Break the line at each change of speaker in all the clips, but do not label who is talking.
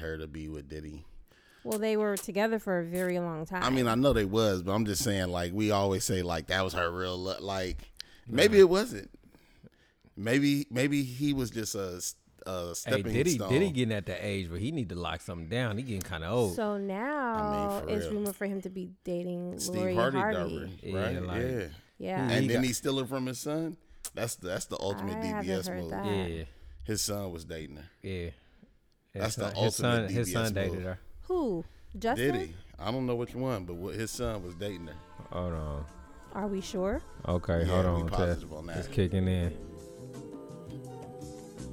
to be with Diddy.
Well, they were together for a very long time.
I mean, I know they was, but I'm just saying, like we always say, like that was her real look. Like maybe it wasn't. Maybe maybe he was just a, a
Hey,
stepping
Diddy,
stone.
Diddy getting at the age where he need to lock something down. He getting kind of old.
so now
for
it's
real.
rumored for him to be dating
Steve
Lori
Hardy,
Hardy.
Hardy.
Yeah,
right?
like-
yeah,
Yeah,
and
He
then
got-
he's stealing from his son. That's the, that's the ultimate
I haven't
DBS
heard
move.
that.
yeah,
His son was dating her.
yeah.
That's the
his son,
ultimate
his son
DBS move.
dated her.
who? Justin?
Did he? I don't know which one, but what, his son was dating her.
Hold on.
Are we sure?
Okay,
Yeah,
hold
we
on. Tess.
positive on that.
It's kicking in.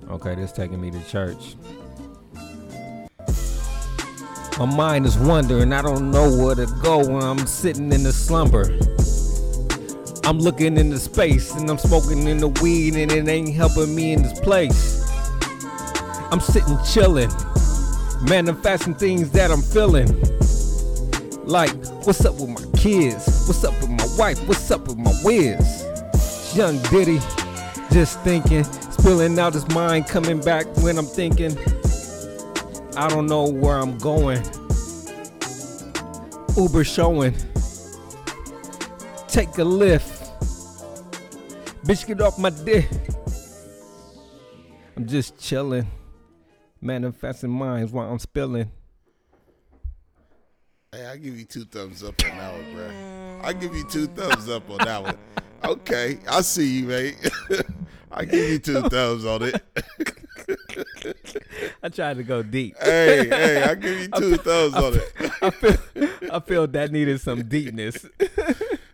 Okay, this taking me to church. My mind is wandering. I don't know where to go when I'm sitting in the slumber. I'm looking into space and I'm smoking in the weed and it ain't helping me in this place. I'm sitting chilling, manifesting things that I'm feeling. Like, what's up with my kids? What's up with my wife? What's up with my whiz? Young Diddy, just thinking, spilling out his mind, coming back when I'm thinking. I don't know where I'm going. Uber showing. Take a lift. Bitch, get off my dick. I'm just chilling, manifesting minds while I'm spilling.
Hey, I give you two thumbs up on that one, bro. I give you two thumbs up on that one. Okay, I see you, mate. I give you two thumbs on it.
I tried to go deep.
Hey, hey, I give you two thumbs on it.
I feel, I feel that needed some deepness.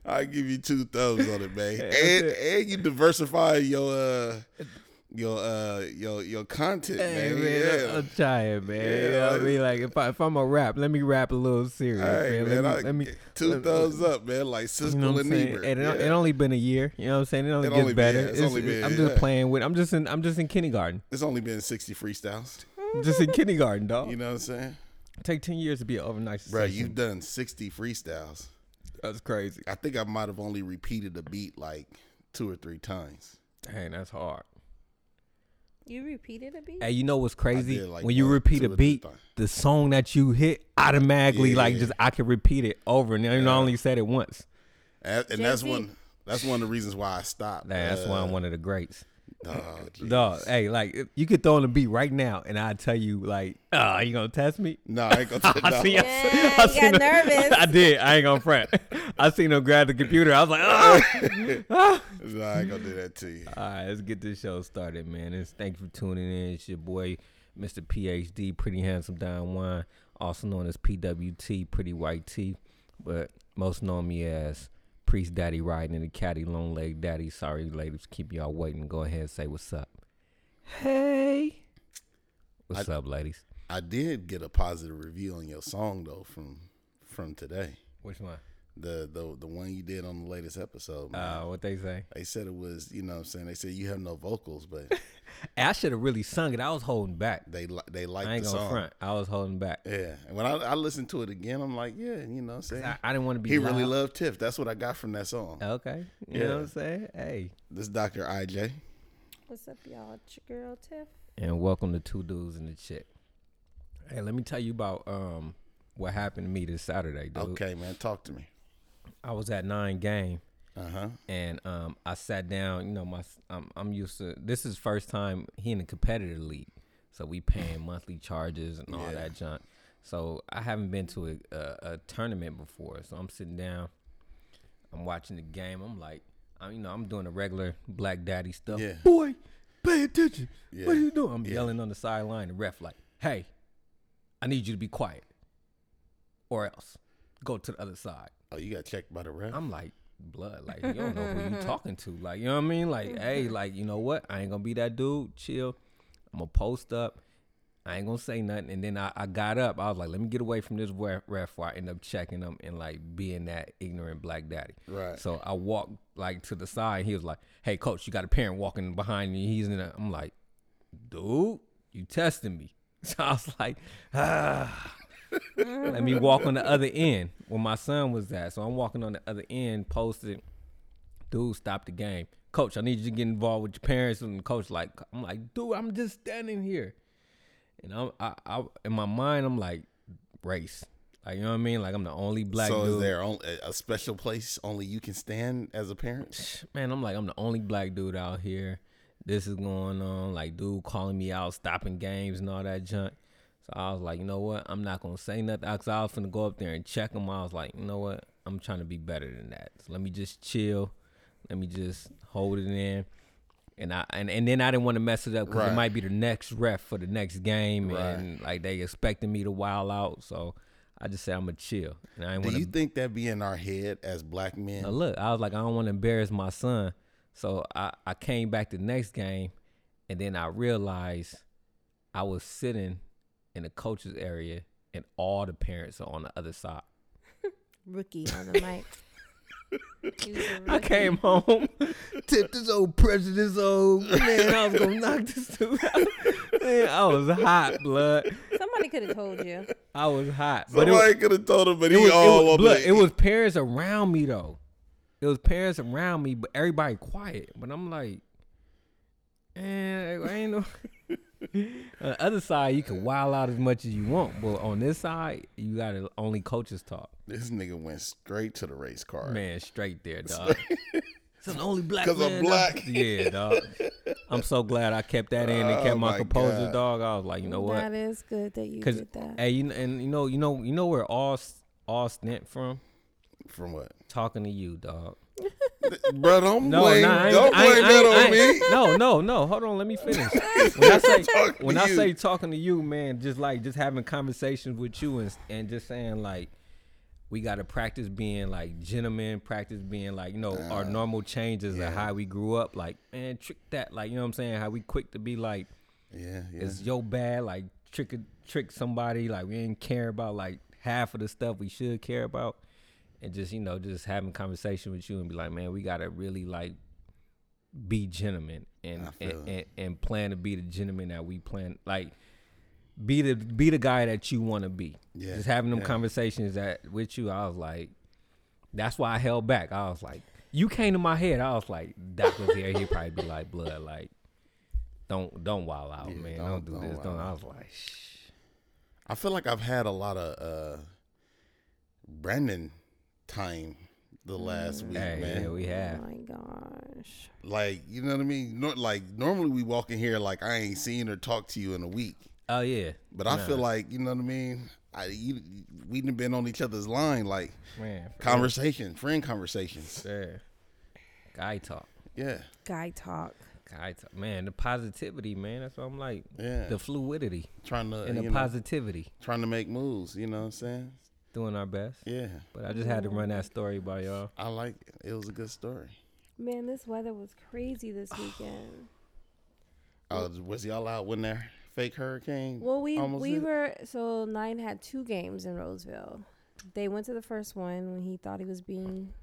I give you two thumbs on it, man.
that's
And
it.
and you diversify your uh your uh your your content,
Hey,
man.
man, uh,
Yeah.
I'm trying, man.
Yeah,
you know what I
like-
mean, like if I if I'm a rap, let me rap a little serious,
Hey,
uh,
man,
man. Let
I-
me, let me
two
let-
thumbs up, man. Like Siskel
You know what
and
I'm saying?
Ebert.
And it,
Yeah.
it only been a year. You know what I'm saying? It only
It
gets
only been-
better.
yeah, it's only been-
I'm just
yeah.
playing with. I'm just in. I'm just in kindergarten.
it's only been sixty freestyles.
just in kindergarten, dog.
You know what I'm saying,
Take ten years to be an overnight
bro?
sensation.
You've done sixty freestyles.
that's crazy.
I think I might have only repeated the beat like two or three times.
Dang, that's hard.
You repeated a beat?
Hey, you know what's crazy?
did, like,
when you
one,
repeat
two
a
or three
beat,
times.
the song that you hit automatically,
Yeah.
like just I can repeat it over and you know, I
Yeah.
only said it once.
And, and that's
Jay-Z.
one. That's one of the reasons why I stopped.
Nah, that's why
Uh,
I'm one of the greats.
dog, geez.
Dog, hey, like if you could throw on a beat right now, and I tell you, like, uh, are you gonna test me?
No, I ain't gonna.
I
no.
seen, I,
Yeah,
I
you
seen
got
him-
nervous.
I did. I ain't gonna front. I seen him grab the computer. I was like, oh.
No, I ain't gonna do that to you.
all right, let's get this show started, man. And thanks for tuning in. It's your boy, Mr. PhD, Pretty Handsome Don Juan, also known as PWT, Pretty White T, but most know me as Priest Daddy riding in the caddy, long leg daddy. Sorry, ladies, keep y'all waiting. Go ahead and say what's up. Hey, what's up, ladies?
I did get a positive review on your song though from from today.
Which one?
The the the one you did on the latest episode. Man.
Uh, what they say?
they said it was, you know, what I'm saying they said you have no vocals, but
I should have really sung it. I was holding back.
they li- they like
I ain't
the
gonna
song.
front. I was holding back.
Yeah, and when I, I listened to it again, I'm like, yeah, you know, what I'm saying
I, I didn't want to be.
he really
loud.
loved Tiff. That's what I got from that song.
Okay, you know
Yeah.
what I'm saying? Hey,
This Doctor IJ.
What's up, y'all? It's your girl, Tiff.
and welcome to Two Dudes and a Chick. Hey, let me tell you about um what happened to me this Saturday, dude.
Okay, man, talk to me.
I was at nine game,
Uh huh.
and um I sat down. You know, my I'm I'm used to this is first time he in a competitor league, so we paying monthly charges and all
Yeah.
that junk. So I haven't been to a, a, a tournament before, so I'm sitting down, I'm watching the game. I'm like, I'm you know I'm doing the regular black daddy stuff.
Yeah.
Boy, pay attention.
Yeah.
What are you doing? I'm
Yeah.
yelling on the sideline. The ref like, hey, I need you to be quiet, or else go to the other side.
Oh, you got checked by the ref.
I'm like, blood, like you don't know who you talking to. Like, you know what I mean? Like, hey, like, you know what? I ain't gonna be that dude. Chill. I'm gonna post up. I ain't gonna say nothing. And then I, I got up. I was like, let me get away from this ref, ref where I end up checking them and like being that ignorant black daddy.
Right.
So I walked like to the side. He was like, hey, coach, you got a parent walking behind you. He's in a, I'm like, dude, you testing me. So I was like, ah. Let me walk on the other end where my son was at. So I'm walking on the other end, posted, dude, stop the game. Coach, I need you to get involved with your parents. And the coach, like, I'm like, dude, I'm just standing here. and I'm I, I in my mind I'm like race. Like you know what I mean? Like I'm the only black
so
dude.
is there on- a- a special place only you can stand as a parent?
Man, I'm like I'm the only black dude out here. This is going on. Like dude calling me out, stopping games and all that junk. So I was like, you know what? I'm not gonna say nothing. Cause I was finna go up there and check him. I was like, you know what? I'm trying to be better than that. So let me just chill. Let me just hold it in. And I and, and then I didn't want to mess it up because
Right.
it might be the next ref for the next game,
Right.
and like they expecting me to wild out. So I just said I'm gonna chill. And I didn't
Do
want
you
to
think that be in our head as black men?
now look, I was like, I don't want to embarrass my son. So I, I came back the next game and then I realized I was sitting in the coach's area and all the parents are on the other side.
Rookie on the mic. He was a
I
rookie.
came home, tipped this old prejudice old man, I was gonna knock this dude out. Man, I was hot, blood.
Somebody could have told you.
I was hot. But it was,
Somebody could have told him, but
it
he
was,
all e
it, was,
up
look,
in-
it was parents around me though. It was parents around me, but everybody quiet. But I'm like, eh, I ain't no. on the other side, you can wild out as much as you want, but on this side, you gotta only coaches talk.
This nigga went straight to the race car.
Man, straight there, dog. It's an only black
'Cause I'm
man, dog.
black.
Yeah, dog. I'm so glad I kept that in and
Oh,
kept my,
my
composure,
God.
dog. I was like, you know what?
That is good that you
'Cause- eh,
did that.
Hey, you, kn- and you know, you know, you know where all s- all stent from
From what?
talking to you, dog.
Bro, don't
No,
blame,
nah, I ain't,
don't
I ain't,
blame
I ain't, I
that on
ain't-
me.
No, no, no. Hold on, let me finish. When I say
Talk to
when I
you.
say talking to you, man, just like just having conversations with you and and just saying like we got to practice being like gentlemen, practice being like you know our normal changes and how we grew up. Like man, trick that. Like you know what I'm saying? How we quick to be like
Yeah, yeah.
it's yo bad. Like trick trick somebody. Like we didn't care about like half of the stuff we should care about. And just you know, just having conversation with you and be like, man, we gotta really like be gentlemen and
I feel
and, and, and plan to be the gentleman that we plan like be the be the guy that you want to be.
Yeah,
Just having them
yeah.
conversations that with you, I was like, that's why I held back. I was like, you came to my head. I was like, Doc was here. He'd probably be like, blood, like, don't don't wild out,
Yeah,
man.
don't-
Don't, do
don't
this. Don't.
wild
I
out.
was like, shh.
I feel like I've had a lot of uh Brandon time the last week,
Mm, Hey,
man.
yeah, we
Oh
have.
my gosh.
like, you know what I mean? Nor like normally we walk in here like I ain't seen or talked to you in a week.
Oh yeah,
But I feel like, you know what I mean? I you, we done been on each other's line like
man. for
conversation, friend conversations.
Sure. Guy talk.
Yeah.
Guy talk.
Guy talk. Man, the positivity, man. That's what I'm like.
Yeah.
The fluidity
trying to
and the
you know,
positivity.
trying to make moves, you know what I'm saying?
Doing our best.
Yeah.
But I just had to run that story by y'all.
I like it. It was a good story.
Man, this weather was crazy this weekend.
Uh, was y'all out when that fake hurricane?
Well, we
almost
we
hit?
were so nine had two games in Roseville. They went to the first one when he thought he was being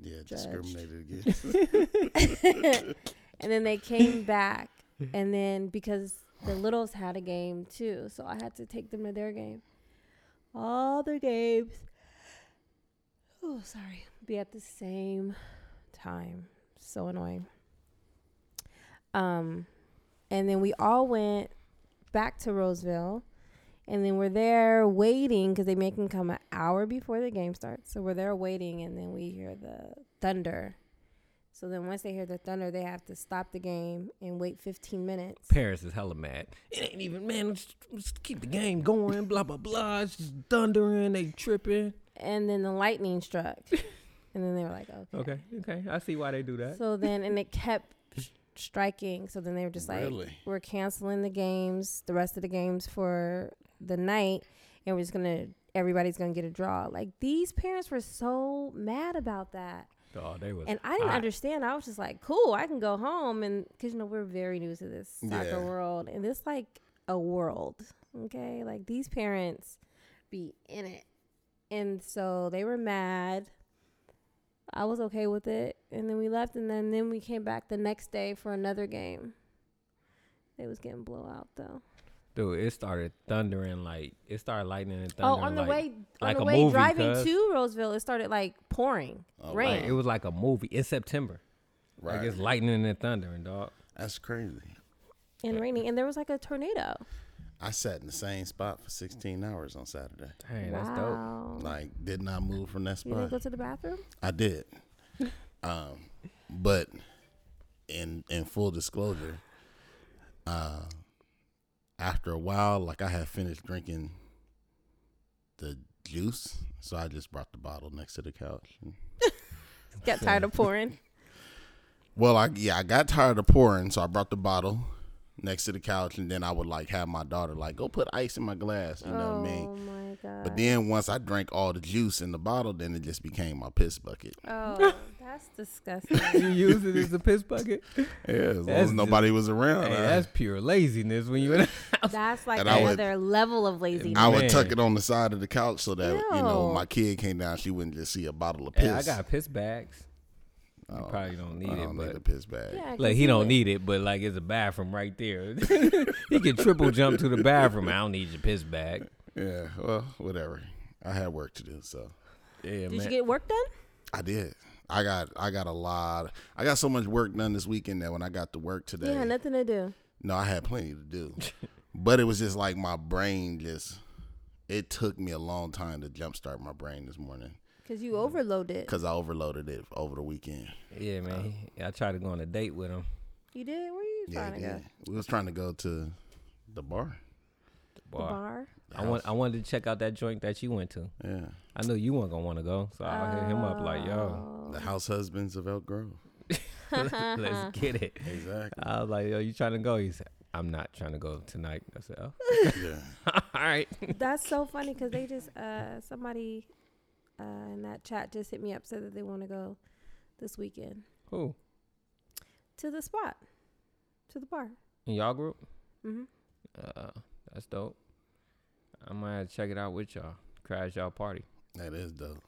yeah
judged.
discriminated against.
and then they came back and then because the littles had a game too so i had to take them to their game all the games oh sorry be at the same time so annoying um and then we all went back to roseville and then we're there waiting because they make them come an hour before the game starts so we're there waiting and then we hear the thunder so then once they hear the thunder, they have to stop the game and wait 15 minutes.
Parents is hella mad. It ain't even man. Let's, let's keep the game going. Blah blah blah. It's just thundering. They tripping.
And then the lightning struck. and then they were like, okay.
Okay, okay. I see why they do that.
So then, and it kept s- striking. So then they were just like,
Really?
we're canceling the games, the rest of the games for the night. And we're just going to, everybody's going to get a draw. Like these parents were so mad about that.
oh, they was.
And I didn't
hot.
understand. I was just like, cool, I can go home. And because, you know, we're very new to this soccer
Yeah.
world. And it's like a world. Okay. Like these parents be in it. And so they were mad. I was okay with it. And then we left. And then, then we came back the next day for another game. They was getting blowout though.
Dude, it started thundering like it started lightning and
Oh,
thundering.
on the
like-
way, on
like
the
a
way
movie,
driving
cuz.
to Roseville, it started like pouring
Oh,
like,
rain.
it was like a movie in September.
right.
Like it's lightning and thundering, dog.
That's crazy.
and raining, and there was like a tornado.
I sat in the same spot for 16 hours on Saturday.
Dang, that's dope.
wow.
Like, did not move from that
You
spot.
didn't go to the bathroom?
I did. um, but in in full disclosure, uh, after a while, like I had finished drinking the juice, so I just brought the bottle next to the couch.
Got tired of pouring.
Well, I yeah, I got tired of pouring, so I brought the bottle next to the couch, and then I would like have my daughter like go put ice in my glass. You know
oh
what I mean?
my god.
But then once I drank all the juice in the bottle, then it just became my piss bucket.
oh, that's disgusting.
you use it as a piss bucket. hey,
Yeah, as long
That's
as nobody was around. I-
that's pure laziness when you.
That's like
And I would-
another level of laziness.
I would tuck
Man.
it on the side of the couch so that you know
Ew.
my kid came down, she wouldn't just see a bottle of piss.
Hey, I got piss bags. You
I don't-
probably don't need
Oh, I
it,
don't need
but
a piss bag.
Yeah, I can
Like he
see
don't
it.
need it, but like it's a bathroom right there. he can triple jump to the bathroom. I don't need your piss bag.
Yeah, well, whatever. I had work to do, so
Yeah,
Did you get work done?
I did. I got I got a lot. I got so much work done this weekend that when I got to work today,
Yeah, nothing to do.
no, I had plenty to do. but it was just like my brain just. It took me a long time to jumpstart my brain this morning
Cause
Mm.
you overloaded.
because I overloaded it over the weekend.
yeah, man. I tried to go on a date with him.
You did. Where you
Yeah,
trying
I
to go?
did. we was trying to go to the bar.
The bar.
I want. I wanted to check out that joint that you went to.
Yeah,
I knew you weren't gonna want to go, so I hit him up like, "Yo,
Oh.
the house husbands of Elk Grove.
let's get it."
Exactly.
I was like, "Yo, you trying to go?" He said, "I'm not trying to go tonight." I said, "Oh,
yeah.
all right."
That's so funny because they just uh somebody uh in that chat just hit me up said that they want to go this weekend
Who
to the spot to the bar.
in y'all group?
hmm
Uh, that's dope. I might have to check it out with y'all. Crash y'all party.
That is dope.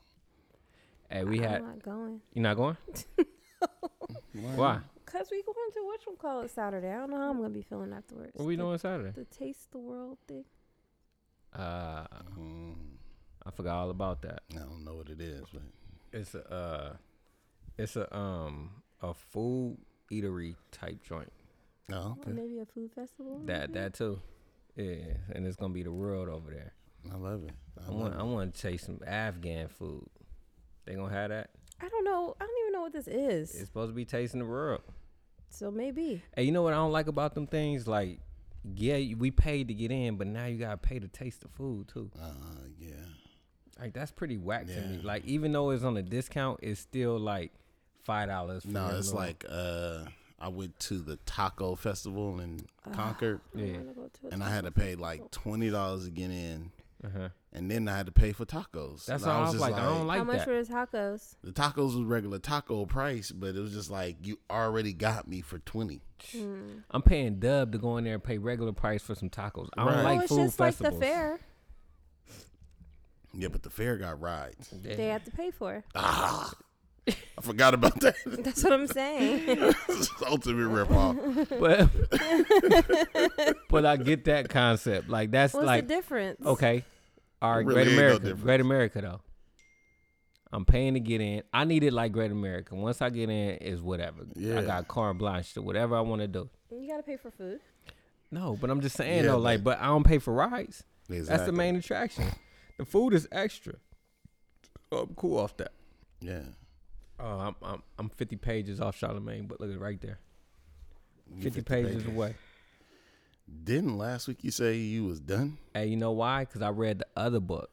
Hey, we had.
I'm not going.
You not going? Why?
Cause we going to what you call it Saturday. I don't know how I'm gonna be feeling afterwards.
What we
The-
doing Saturday?
The taste the world thing.
Uh,
Mm,
I forgot all about that.
I don't know what it is, but
It's a, uh, it's a um a food eatery type joint.
no,
Or
okay.
maybe a food festival.
That
maybe?
that too. Yeah, and it's gonna be the world over there.
I love it.
I
I
want
love
I want to taste some Afghan food. They gonna have that.
I don't know. I don't even know what this is.
It's supposed to be tasting the world.
so maybe.
Hey, you know what I don't like about them things? Like, yeah, you- we paid to get in, but now you gotta pay to taste the food too.
it. Uh, yeah,
Like that's pretty whack to me.
Yeah.
Like even though it's on a discount, it's still like five dollars.
no, it's like uh, I went to the taco festival in
Ah,
Concord,
I don't
Yeah.
wanna go to a
and I had to pay like twenty dollars to get in,
uh
and then I had to pay for tacos.
That's
And
all I was
just
like, I don't like
How much
that.
were the tacos?
The tacos was regular taco price, but it was just like you already got me for twenty.
Hmm.
I'm paying dub to go in there and pay regular price for some tacos. I don't
Right.
like
oh, it's
food
just like
festivals.
the fair
Yeah, but the fair got rides.
Yeah.
they have to pay for.
Ah, I forgot about that.
That's what I'm saying.
Ultimate ripoff.
but but uh, I get that concept. Like that's
What's
like
the difference?
okay, all right,
Really
Great
ain't no
America,
difference.
Great America though. I'm paying to get in. I need it like Great America. Once I get in, is whatever. I
Yeah.
got carte blanche to whatever I want to do.
You gotta pay for food.
No, but I'm just saying
Yeah,
though, like, but I don't pay for rides. That's the
Exactly.
main attraction. The food is extra. Oh, I'm cool off that.
Yeah.
Oh, I'm I'm, I'm 50 pages off Charlemagne, but look at it right there.
You
50, pages, away.
Didn't last week you say you was done?
Hey, you know why? Because I read the other book.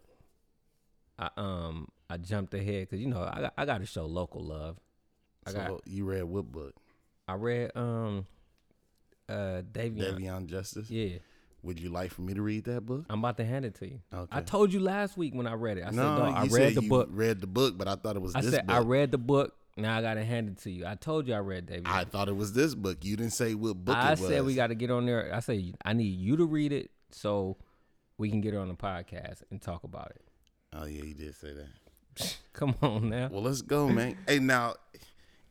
I um I jumped ahead because you know I got- I got to show local love. I
so
got
you read what book?
I read um uh Davion.
Davion Justice.
Yeah,
Would you like for me to read that book?
I'm about to hand it to you.
Okay.
I told you last week when I read it. I
no,
said, "Dawg, I
you
read
said
the
you
book.
Read the book, but I thought it was
I
this
said
book.
I
I,
read the book. Now I gotta hand it to you. I told you I read Davion.
thought it was this book. You didn't say what book
I
it was.
said we got to get on there. I said I need you to read it so we can get it on the podcast and talk about it.
Oh yeah, you did say that.
Come on now.
Well, let's go, man. hey, now,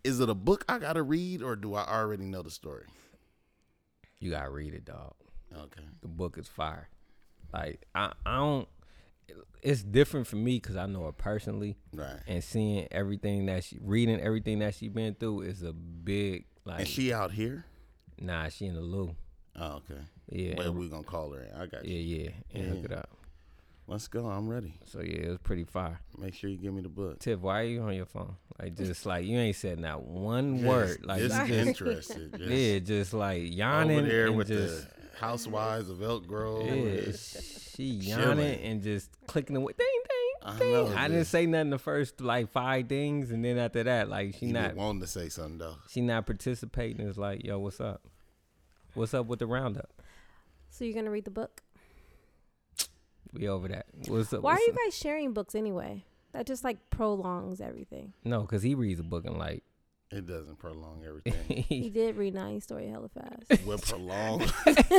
is it a book I gotta read, or do I already know the story?
You gotta read it, dog.
Okay.
The book is fire. Like I, I don't. It's different for me because I know her personally,
Right.
and seeing everything that she, reading everything that she been through is a big like.
And she out here?
nah, she in the loo.
Oh, okay.
Yeah.
Well, we gonna call her. In. I got you.
yeah, yeah. And hook it up.
Let's go. I'm ready.
So yeah, it was pretty fire.
Make sure you give me the book.
Tiff, why are you on your phone? Like just like you ain't said not one word. Like you
just
just,
interested. Just
yeah, just like yawning
over there
and
with
just
the housewives of Elk Grove.
yeah,
It's-
she yawning
Chilling.
and just clicking away. Ding ding
I
ding.
know,
I, didn't
dude.
say nothing the first like five things, and then after that, like she
You
not
been wanting to say something though.
she not participating. It's like yo, what's up? What's up with the roundup?
So you're gonna read the book?
We over that. What's up?
Why are
what's
you
up?
guys sharing books anyway? That just like prolongs everything.
No, because he reads a book and like
It doesn't prolong everything.
He
he
did read Nine Story hella fast.
We're prolong.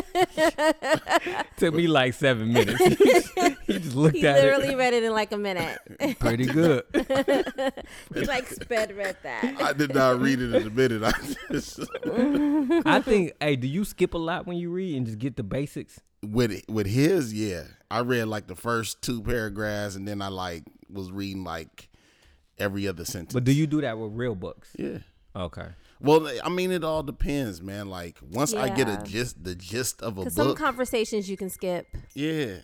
took me like seven minutes. he just looked
He
at
literally read it in like a minute.
it. Pretty good.
he like sped read that.
I did not read it in a minute. I just
I think. Hey, do you skip a lot when you read and just get the basics?
with with his, yeah. I read like the first two paragraphs, and then I like was reading like every other sentence.
But do you do that with real books?
yeah.
Okay.
Well, I mean, it all depends, man. Like once I get a
Yeah.
gist, the gist of a book,
Because some conversations you can skip.
yeah.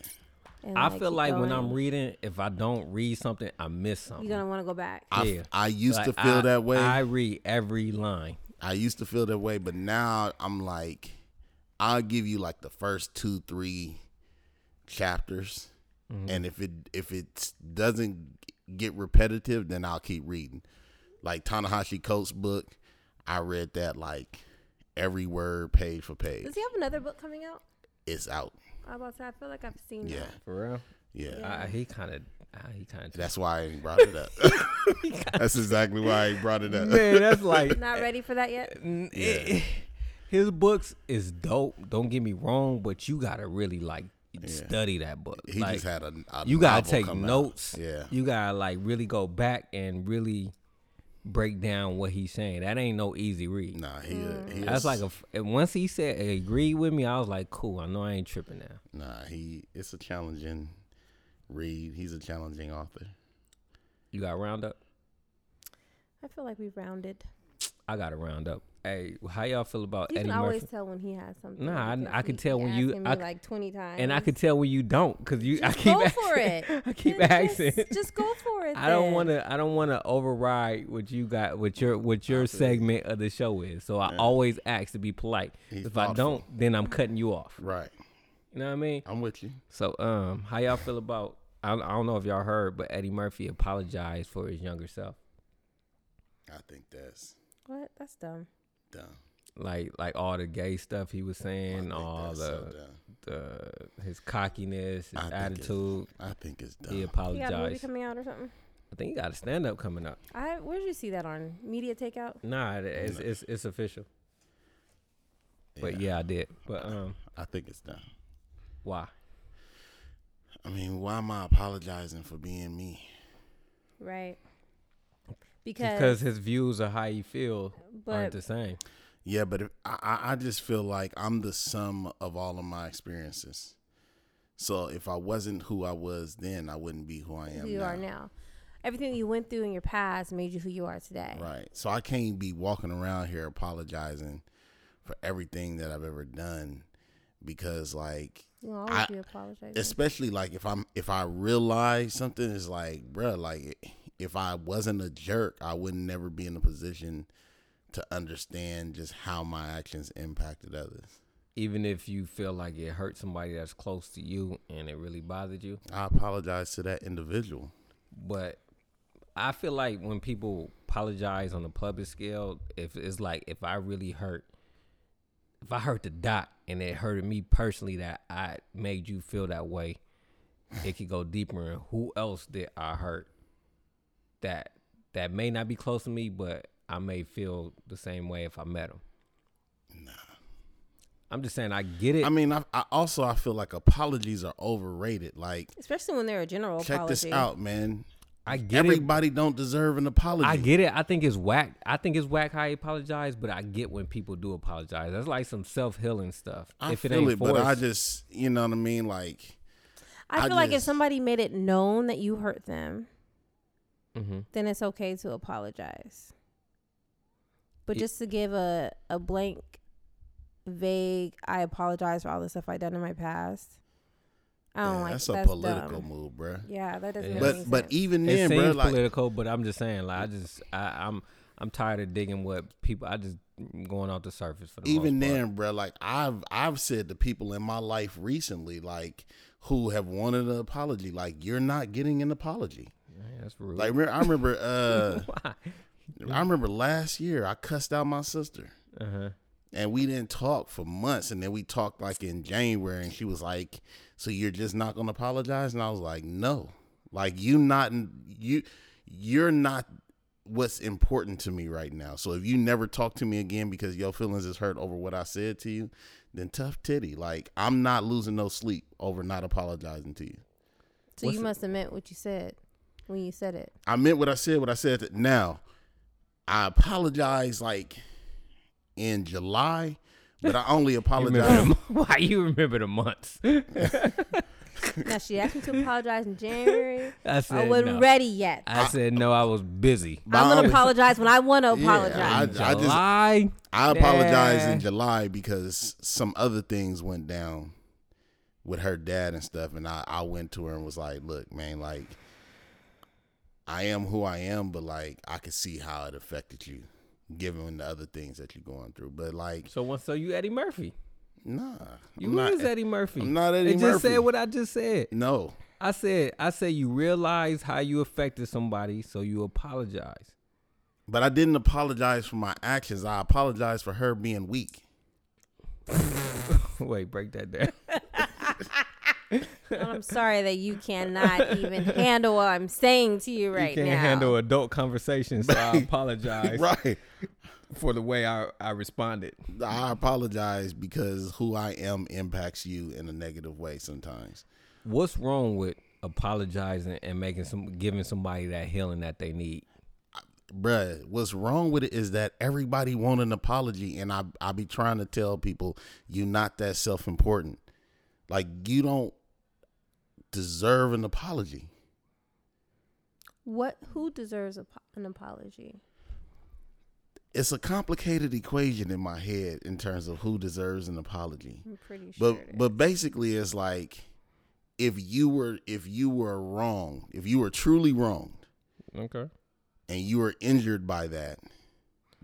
And,
I feel
keep
like when
going.
I'm reading, if I don't read something, I miss something.
you're gonna want to go back.
I,
Yeah.
I used to
Like,
feel
I-
that way.
I read every line.
I used to feel that way, but now I'm like, I'll give you like the first two, three chapters,
Mm-hmm.
and if it if it doesn't get repetitive, then I'll keep reading. Like Tanahashi Coates' book, I read that like every word, page for page.
Does he have another book coming out?
It's out.
I was about to say, I feel like I've seen
Yeah,
that.
For real?
yeah.
I, he kind of. He kind of.
That's why I ain't brought it up. That's exactly why I ain't brought it up.
Man, that's like.
Not ready for that yet.
Eh, n- His books is dope. Don't get me wrong, but you gotta really like study that book.
He
like,
just had a, a
you gotta
novel
take
come out.
notes.
Yeah,
You gotta like really go back and really break down what he's saying. That ain't no easy read.
nah, he, he
That's
is-
like a f- and once he said agree with me, I was like, cool. I know I ain't tripping now.
Nah, he it's a challenging read. He's a challenging author.
You got round up.
I feel like we
Uh,
rounded.
I got a round up. Hey, how y'all feel about
You
Eddie
can
Murphy?
always tell when he has something.
Nah, I-
because
I could
he
tell
be
when you-
asking me,
I c-
like twenty times,
and I could tell when you don't because you. I
Just
keep
go
asking,
for it.
I keep
Then
asking.
Just, just go for it.
I don't
then.
want to. I don't want to override what you got, what your what your segment of the show is. So I always ask to be polite.
He's
if I
thoughtful.
don't, then I'm cutting you off.
Right.
You know what I mean?
I'm with you.
So, um, how y'all feel about? I, I don't know if y'all heard, but Eddie Murphy apologized for his younger self.
I think that's
What? That's dumb.
dumb.
Like, like all the gay stuff he was
I
saying,
think
all
that's
the,
so dumb.
the his cockiness, his
I think it's-
attitude.
I think it's dumb.
He
You got a movie
apologized.
coming out or something?
I think he got a stand up coming up.
I where did you see that on media takeout?
Nah, it- it's it's, it's official. But yeah, I did. But um,
I think it's dumb.
why?
I mean, why am I apologizing for being me?
Right.
Because
Because,
his views of how he feel aren't
but
the same.
Yeah, but if, I I- I just feel like I'm the sum of all of my experiences. So if I wasn't who I was then, I wouldn't be who I am
who you
now.
are now, everything you went through in your past made you who you are today.
Right. So I can't be walking around here apologizing for everything that I've ever done because like
You will always
I-
be apologizing.
especially like if I'm if I realize something is like, bruh, like if I wasn't a jerk, I would never be in a position to understand just how my actions impacted others.
Even if you feel like it hurt somebody that's close to you and it really bothered you,
I apologize to that individual.
but I feel like when people apologize on the public scale, if it's like if I really hurt, if I hurt the doc and it hurted me personally that I made you feel that way, it could go deeper. And who else did I hurt that that may not be close to me, but I may feel the same way if I met him.
Nah.
I'm just saying I get it.
I mean, I, I also I feel like apologies are overrated. Like,
especially when they're a general
check
apology.
this out, man.
I get it.
Everybody don't deserve an apology.
I get it. I think it's whack. I think it's whack how he apologized, but I get when people do apologize. That's like some self healing stuff.
I
if it
feel
ain't
it, but I
forced.
just, you know what I mean? Like,
I
I
feel like if
just-
somebody made it known that you hurt them,
Mhm.
then it's okay to apologize. But
Ye-
just to give a, a blank vague. I apologize for all the stuff I've done in my past. I don't
Yeah,
like
that's
that.
a
That's
political
dumb.
move, bruh.
Yeah, that doesn't.
Yeah.
Make
But
any
but
sense.
even
it
then,
seems
bro, like
political, but I'm just saying, like, I just, I, I'm, I'm tired of digging what people. I just going off the surface for the
even
most part.
then, bro, like I've I've said to people in my life recently, like who have wanted an apology, like you're not getting an apology.
Yeah, that's rude.
Like remember, I remember, uh,
Why?
I remember last year I cussed out my sister,
Uh-huh.
and we didn't talk for months, and then we talked like in January, and she was like, "So you're just not gonna apologize?" And I was like, "No, like you not you you're not." what's important to me right now so if you never talk to me again because your feelings is hurt over what i said to you then tough titty like i'm not losing no sleep over not apologizing to you
so
what's
you
the-
must have meant what you said when you said it.
I meant what I said. What I said. That now, I apologize. Like in July, but I only
You remember the
apologize.
mo- Why you remember the months?
Now she asked me to apologize in January.
I
I
said
wasn't
no.
ready yet. I,
I said no. I was busy.
am
I
gonna
only-
apologize when I want to
Yeah,
apologize.
I- I just-
July.
I apologize
Nah.
in July because some other things went down with her dad and stuff, and I I went to her and was like, "Look, man, like." I am who I am, but like I could see how it affected you, given the other things that you're going through. But like,
So once, so you Eddie Murphy.
nah,
You
I'm
is Eddie Murphy.
I'm not Eddie
It just
Murphy.
said what I just said.
No,
I said, I said, you realize how you affected somebody, so you apologize.
But I didn't apologize for my actions. I apologized for her being weak.
Wait, break that down.
And I'm sorry that you cannot even handle what I'm saying to you right
you can't
now.
handle adult conversations, so I apologize
Right.
for the way I, I responded.
I apologize because who I am impacts you in a negative way sometimes.
What's wrong with apologizing and making some giving somebody that healing that they need?
Bruh, what's wrong with it is that everybody want an apology and I I be trying to tell people you not that self important. Like you don't deserve an apology.
What? Who deserves a, an apology?
It's a complicated equation in my head in terms of who deserves an apology.
I'm pretty sure.
but
it
but basically it's like if you were if you were wrong if you were truly wronged
Okay.
and you were injured by that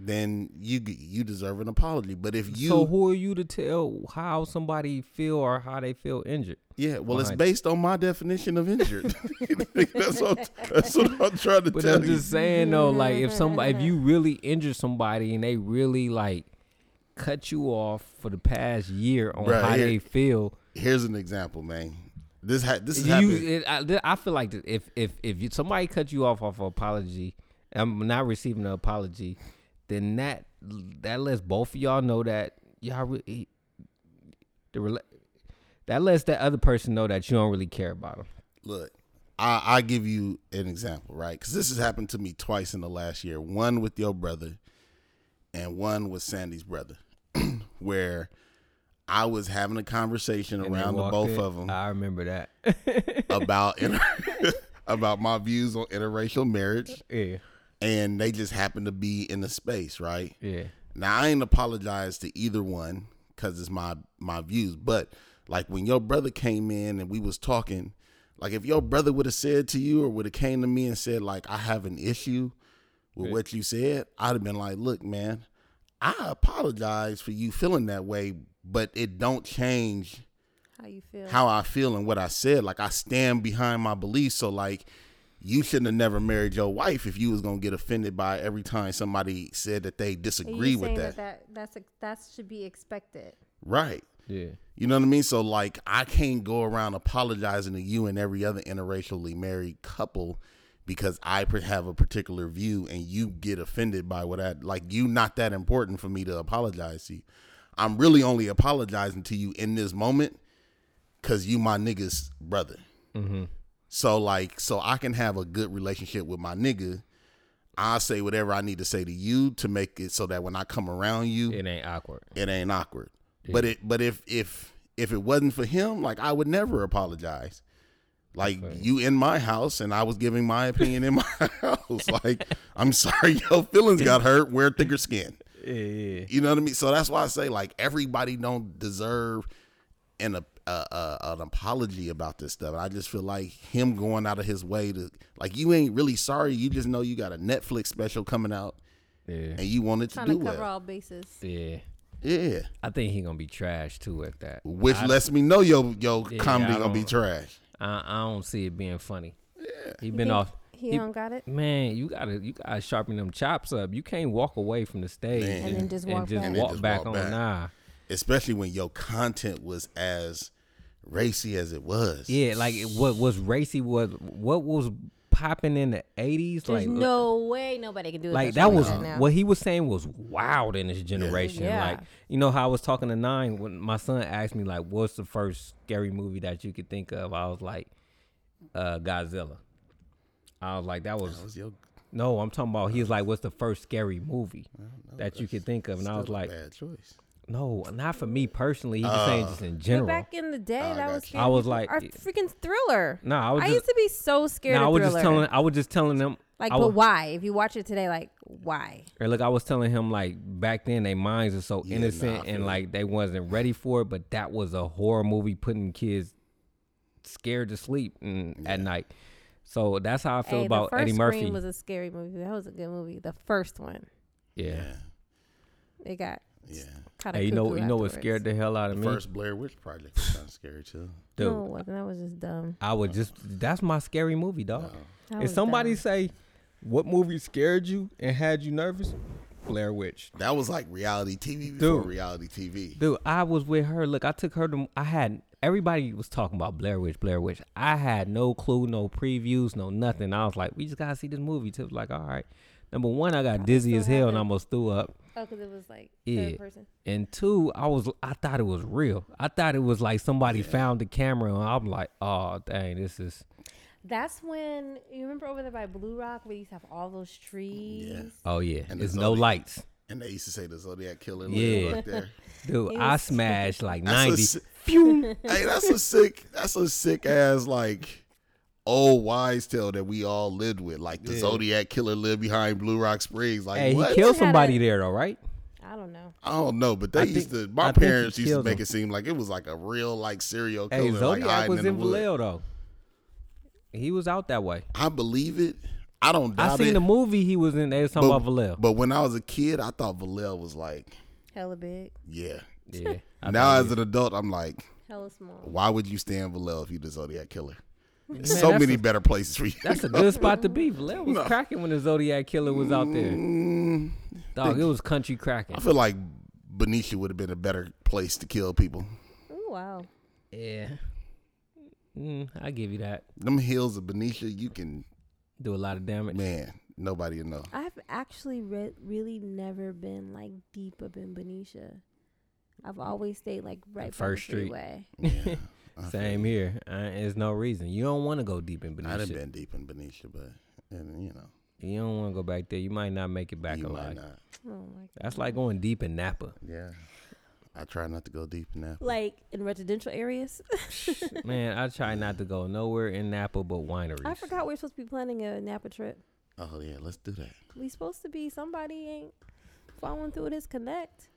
then you g- you deserve an apology but if you
so who are you to tell how somebody feel or how they feel injured?
yeah well it's
Behind-
based on my definition of injured that's what that's what i'm trying to
But
tell
I'm just saying though, like if somebody, if you really injure somebody and they really like cut you off for the past year on
Bruh,
how
here-
they feel,
you here's an example man this ha- this is
you,
happening.
it, I, th- I feel like that if if if you, somebody cut you off off an apology, I'm not receiving an apology, then that that lets both of y'all know that y'all really the rela- that lets that other person know that you don't really care about them.
look I, I give you an example right because this has happened to me twice in the last year one with your brother and one with sandy's brother where i was having a conversation around the both of them
I remember that.
about inter- about my views on interracial marriage
yeah,
and they just happened to be in the space right
yeah.
now I ain't apologize to either one because it's my my views. But like when your brother came in and we was talking, like if your brother would have said to you or would have came to me and said like I have an issue with
Yeah.
what you said, I'd have been like, look, man, I apologize for you feeling that way, but it don't change
how you feel?
how I feel and what I said. Like I stand behind my beliefs. So like you shouldn't have never married your wife if you was gonna get offended by every time somebody said that they
And
disagree
you're
with
saying
that.
that, that's a, that should be expected.
Right.
Yeah.
You know what I mean? So like I can't go around apologizing to you and every other interracially married couple because I per- have a particular view and you get offended by what I like you not that important for me to apologize to you. I'm really only apologizing to you in this moment cuz you my nigga's brother. So like so I can have a good relationship with my nigga. I say whatever I need to say to you to make it so that when I come around you
It ain't awkward.
it ain't awkward. But it but if if if it wasn't for him, like I would never apologize. Like you in my house and I was giving my opinion in my house. Like I'm sorry your feelings got hurt. Wear thicker skin.
Yeah, yeah.
You know what I mean? So that's why I say like everybody don't deserve an a, a, a an apology about this stuff. I just feel like him going out of his way to like you ain't really sorry. You just know you got a Netflix special coming out
Yeah.
and you wanted to
Trying
do
to cover
well.
all bases.
Yeah.
Yeah,
I think he gonna be trash too at that.
which
I,
lets me know your your
Yeah,
comedy
I
gonna be
don't-
trash.
I, I don't see it being funny. Yeah. He
You
been
think
off.
He,
he-
don't got it.
Man, you gotta you gotta sharpen them chops up. You can't walk away from the stage
Man.
And then just walk back.
And then
walk
just
back
walk
on.
back.
Nah.
Especially when your content was as racy as it was.
Yeah, like it- what was racy was what was popping in the eighties.
There's
Like
no way nobody can do it.
like that was
now.
what he was saying was wild in his generation.
Uh-huh. Yeah.
Like you know how I was talking to Nine when my son asked me like, "What's the first scary movie that you could think of?" I was like, uh, "Godzilla." I was like, "That was
That was your
no." I'm talking about. He was like, "What's the first scary movie that you could think of?" And I was
still a
like,
bad choice.
"No, not for me personally." He was saying just in
But
general.
back in the day,
I
that
got
was.
you.
scary
I was
people.
like-
our freaking thriller.
no, I
I,
was just
used to be so scared
no, I
of
was
thriller.
just telling. I was just telling them
like,
I
but
was-
why? If you watch it today, like, why?
And look, I was telling him like back then they minds are so
Yeah, nah,
innocent
I feel
and
you.
like they wasn't ready for it, but that was a horror movie putting kids scared to sleep and, at night. So that's how I feel
Hey,
about
the first
Eddie Murphy.
Scream was a scary movie. That was a good movie. The first one,
yeah.
Yeah,
they got
yeah.
kind of.
Hey, you know, you know what scared the hell out of
The
me?
first Blair Witch Project was kind of scary too.
Dude,
No, it wasn't. That was just dumb.
I would just that's my scary movie, dog.
That
if
was
somebody
dumb.
say what movie scared you and had you nervous, Blair Witch.
That was like reality TV before
Dude.
reality TV.
Dude, I was with her. Look, I took her to. I had everybody was talking about Blair Witch, Blair Witch. I had no clue, no previews, no nothing. I was like, we just gotta see this movie. Tips like, all right. Number one, I got dizzy
still
as hell and
happened.
almost threw up.
oh, because it was like
Yeah.
third person.
And two, I was I thought it was real. I thought it was like somebody found the camera and I'm like, oh dang, this is
That's when you remember over there by Blue Rock, where you used to have all those trees.
Yeah.
oh yeah,
And
it's
the
no
Zodiac.
lights,
And they used to say the Zodiac Killer
Yeah.
lived right there.
dude.
It
I
was-
smashed like ninety.
That's a, si- hey, that's a sick. That's a sick ass like old wise tale that we all lived with. Like the Zodiac Killer lived behind Blue Rock Springs. Like
Hey,
what?
he killed
He had
somebody
a-
there though, right?
I don't know.
I don't know, but they
I
used
think-
to. My
I think he
parents used to
killed
make
him.
it seem like it was like a real like serial killer.
Hey,
like,
Zodiac
hiding
was
the
in
woods.
Vallejo though. He was out that way.
I believe it. I don't doubt
I seen
it.
the movie he was in. They was talking
but,
about Vallejo.
but when I was a kid, I thought Vallejo was like,
Hella big,
yeah.
Yeah. I
now
think
as an adult, I'm like,
hella small.
why would you stay in Vallejo if you the Zodiac Killer? There's
Man,
so
that's
many
a-
better places for you.
that's a good spot to be. Valero was cracking when the Zodiac Killer was out there.
Mm,
Dog, it was country cracking.
I feel like Benicia would have been a better place to kill people.
Ooh, wow.
Yeah. Mm, I give you that.
Them hills of Benicia, you can,
Do a lot of damage.
man, nobody will know.
I've actually re- really never been like deep up in Benicia. I've always stayed like right
First
first
Street.
street way.
Yeah, I feel
Same
you.
here. Uh, there's no reason. You don't want to go deep in
I'd have
Benicia.
been deep in Benicia, but and you know,
You don't want to go back there. You might not make it back
you might
alive.
not.
Oh my god.
That's like going deep in Napa.
Yeah, I try not to go deep in that.
Like in residential areas.
Man, I try not to go nowhere in Napa but wineries.
I forgot we are supposed to be planning a Napa trip.
Oh yeah, let's do that.
We supposed to be somebody ain't following through with his connect.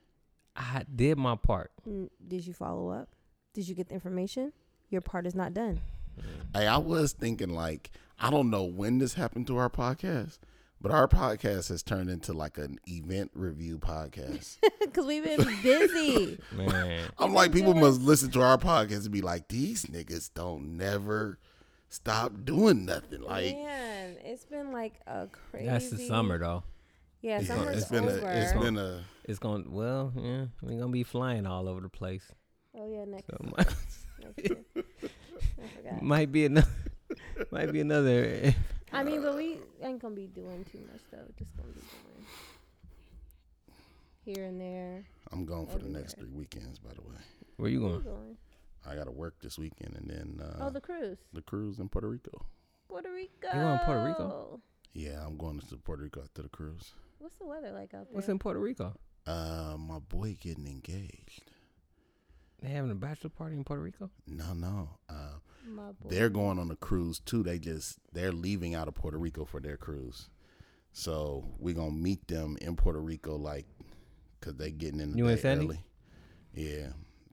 I did my part.
Mm, Did you follow up? Did you get the information? Your part is not done.
Hey, I was thinking like I don't know when this happened to our podcast, but our podcast has turned into like an event review podcast.
Cause we've been busy.
Man.
I'm like, people must listen to our podcast and be like, these niggas don't never stop doing nothing. Like,
Man, it's been like a crazy.
That's the summer though.
Yeah,
it's
summer's
it's been
over.
a, it's been a.
It's going well, yeah. We're gonna be flying all over the place.
oh yeah, next.
So might,
next year. I forgot.
might be another, might be another.
I mean, but we ain't gonna be doing too much though. Just gonna be doing here and there.
I'm going for the next
Everywhere.
three weekends, by the way.
Where you
Where you
going?
going?
I got to work this weekend and then uh,
oh,
the-,
the cruise.
cruise in Puerto Rico.
Puerto Rico.
going to Puerto Rico?
Yeah, I'm going to Puerto Rico after the cruise.
What's the weather like out there?
What's in Puerto Rico?
Uh, my boy getting engaged.
They having a bachelor party in Puerto Rico?
No, no. Uh,
My boy.
they're going on a cruise too. They just they're leaving out of Puerto Rico for their cruise. So we're gonna meet them in Puerto Rico like because they getting in the
You
day
and Sandy?
early. Yeah,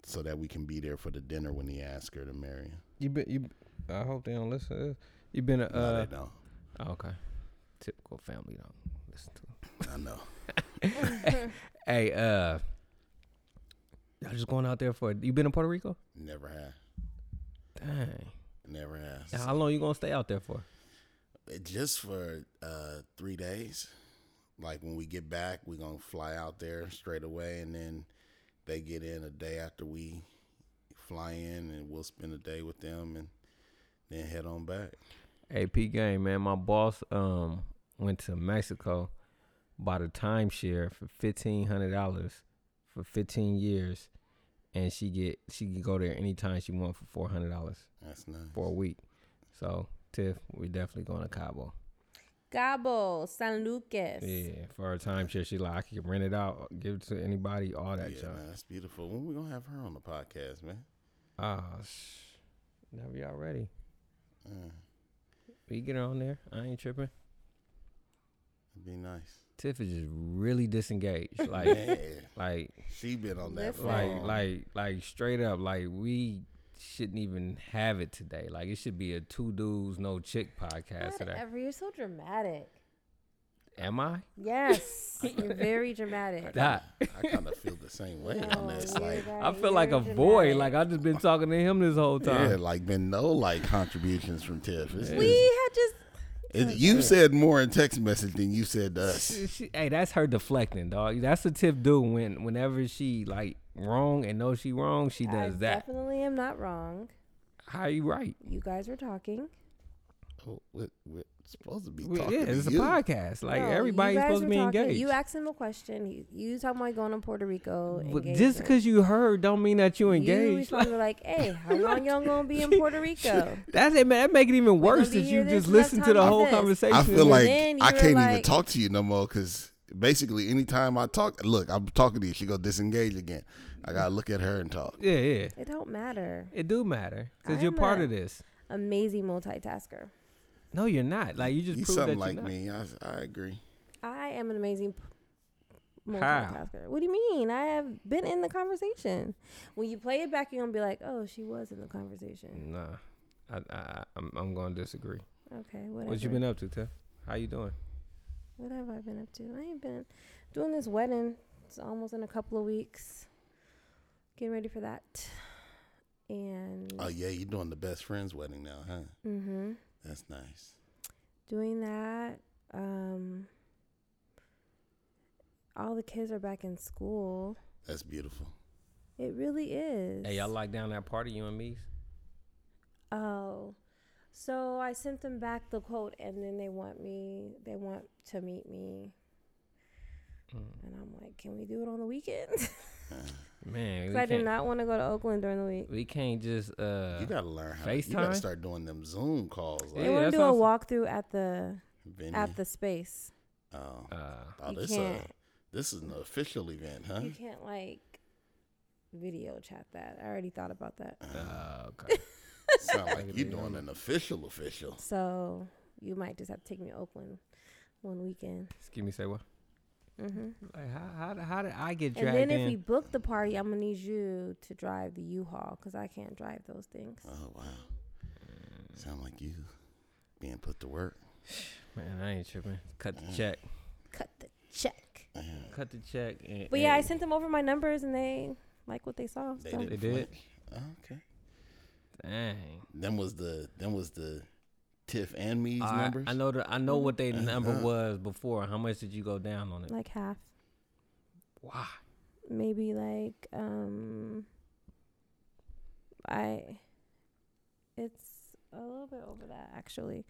so that we can be there for the dinner when he asks her to marry him.
You been you? I hope they don't listen. to this. You been a
No,
uh,
they don't.
oh, okay? Typical family don't listen to.
I know.
Hey, uh, y'all just going out there for? You been in Puerto Rico?
Never have.
Dang.
Never have.
Now, How long you gonna stay out there for?
It- Just for uh, three days. Like when we get back, we're gonna fly out there straight away, and then they get in a day after we fly in, and we'll spend a day with them, and then head on back.
Hey, P game man, my boss um went to Mexico, bought a timeshare for fifteen hundred dollars for fifteen years, and she get she can go there anytime she want for four hundred dollars
That's nice.
for a week. So Tiff, we're definitely going to Cabo.
Cabo, San Lucas.
Yeah, for her timeshare, she like I can rent it out, give it to anybody, all that
yeah,
junk.
man, that's beautiful. When we gonna have her on the podcast, man?
Ah, sh- whenever y'all ready,
Uh,
we get her on there. I ain't tripping.
it'd be nice.
Tiff is just really disengaged, like
Yeah,
like.
she been on that
Listen.
phone.
like like like straight up like we shouldn't even have it today like it should be a two dudes no chick podcast today
Whatever, you're so dramatic.
am i
Yes, you're very dramatic.
that
I kind of feel the same way on
No,
this.
you're
Like,
very,
i feel like a
very
void
dramatic.
like i've just been talking to him this whole
yeah,
time
like been no like contributions from Tiff. It's
we
just-
had just
It, you said more in text message than you said to us.
She- she- hey that's her deflecting dog that's the tip do when whenever she like wrong and knows she wrong she does
I
that
definitely am not wrong.
how you right
You guys were talking.
Oh, we're, we're supposed to be
We-
talking
yeah
to
it's a
you.
podcast like
No, you
everybody's
guys
supposed
were
to be
talking.
engaged
You asked him a question. He, you talking about going to Puerto Rico.
but just
engagement.
because you heard don't mean that you
You
engaged
responded like, "Hey, how long y'all gonna be in Puerto Rico?"
That's it, man. That make it even worse
gonna be
if
here
you just
this enough
listen to the
time
whole
as this.
conversation.
I feel like
then you
I
were
can't even
like-
talk to you no more because basically anytime I talk, look, I'm talking to you, she go disengage again. I gotta look at her and talk.
yeah, yeah,
It don't matter.
it do matter because
I'm
you're part
a-
of this.
Amazing multitasker.
No, you're not. Like you just
You
proved that
something
you're
like
not.
me. I, I agree.
I am an amazing p-
How?
multitasker. What do you mean? I have been in the conversation. When you play it back, you're gonna be like, "Oh, she was in the conversation."
Nah, I, I, I- I'm, I'm going to disagree.
Okay, whatever.
What you been up to, Tiff? How you doing?
What have I been up to? I ain't been doing this wedding. It's almost in a couple of weeks. Getting ready for that. And
Oh yeah, you're doing the best friend's wedding now, huh?
mm-hmm.
That's nice.
doing that. Um, all the kids are back in school.
That's beautiful.
It really is.
Hey, y'all like down that party, you and me?
Oh, so I sent them back the quote, and then they want me. They want to meet me,
Mm,
and I'm like, can we do it on the weekend? 'Cause
Man,
I
we
do
can't,
not want to go to Oakland during the week.
we can't just uh.
you gotta learn how. To, you
FaceTime?
gotta start doing them Zoom calls.
They
Yeah,
Like,
want
that's
to do a
awesome.
walkthrough at the
venue.
at the space.
oh,
uh
Mm-hmm. oh,
you
this a, uh,
can't.
this is an official event, huh?
You can't like video chat that. I already thought about that.
Uh-huh.
uh, okay.
Sound like
Like
you
it,
doing an official official.
So you might just have to take me to Oakland one weekend.
Excuse me, say what?
hmm
Like how how, did- how did I get
And
dragged
then
in?
if we book the party, I'm gonna need you to drive the U-Haul because I can't drive those things.
Oh wow.
Mm.
Sound like you being put to work.
Man, I ain't tripping. Cut
Mm.
the check.
Cut the check.
Cut the check. And,
But yeah, I
and-
sent them over my numbers and they like what they saw.
They
so.
didn't
They did?
flinch. Oh, okay.
dang.
Them was the them was the Tiff and me's
I-
numbers.
I know the I know what they
Mhm.
number
Uh-huh.
was before. How much did you go down on it?
Like half,
Why?
maybe like um, I. It's a little bit over that actually.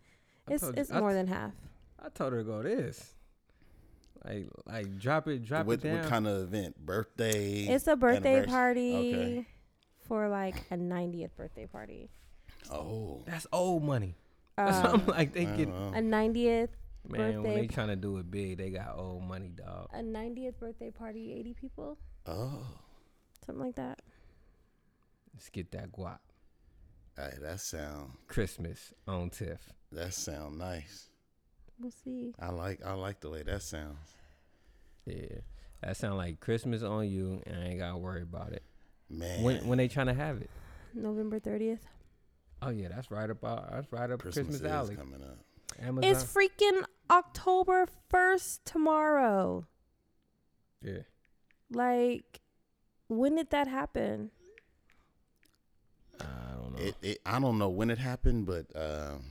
I
It's
told you-
it's
I
more
t-
than half.
I told her to go this. Like like drop it, drop
what,
it down.
what kind of event? Birthday.
It's a birthday
anniversary-
party
okay.
for like a 90th birthday party.
Oh.
That's old money.
Um,
I'm like they get
uh-huh.
a 90th
man when
birthday
they trying to do it big, they got old money, dog.
a 90th birthday party, 80 people,
Oh.
something like that.
Let's get that guap.
Hey, that sound
Christmas on Tiff.
that sound nice.
We'll see.
I like I like the way that sounds.
Yeah. That sound like Christmas on you, and I ain't gotta worry about it.
Man,
When when they trying to have it?
November 30th.
Oh yeah, that's right about that's right up
Christmas,
Christmas,
is
Alley.
coming up.
Amazon.
It's freaking October 1st tomorrow.
yeah.
Like, when did that happen?
I don't know.
It, it, I don't know when it happened, but um,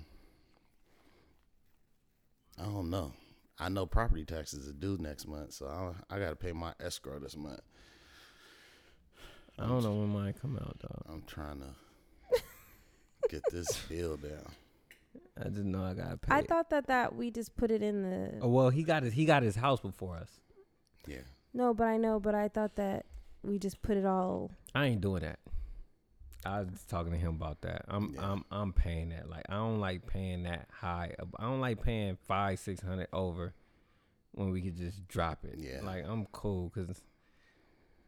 I don't know. I know property taxes are due next month, so I, I got to pay my escrow this month.
I don't know when mine come out, dog.
I'm trying to get this bill down.
I just know I gotta pay.
I
it.
thought that that we just put it in the.
Oh, well, he got his he got his house before us.
Yeah,
No, but I know, but I thought that we just put it all.
I ain't doing that. I was talking to him about that. I'm
Yeah.
I'm I'm paying that. Like I don't like paying that high. ab- I don't like paying five six hundred over when we could just drop it.
Yeah.
Like I'm cool because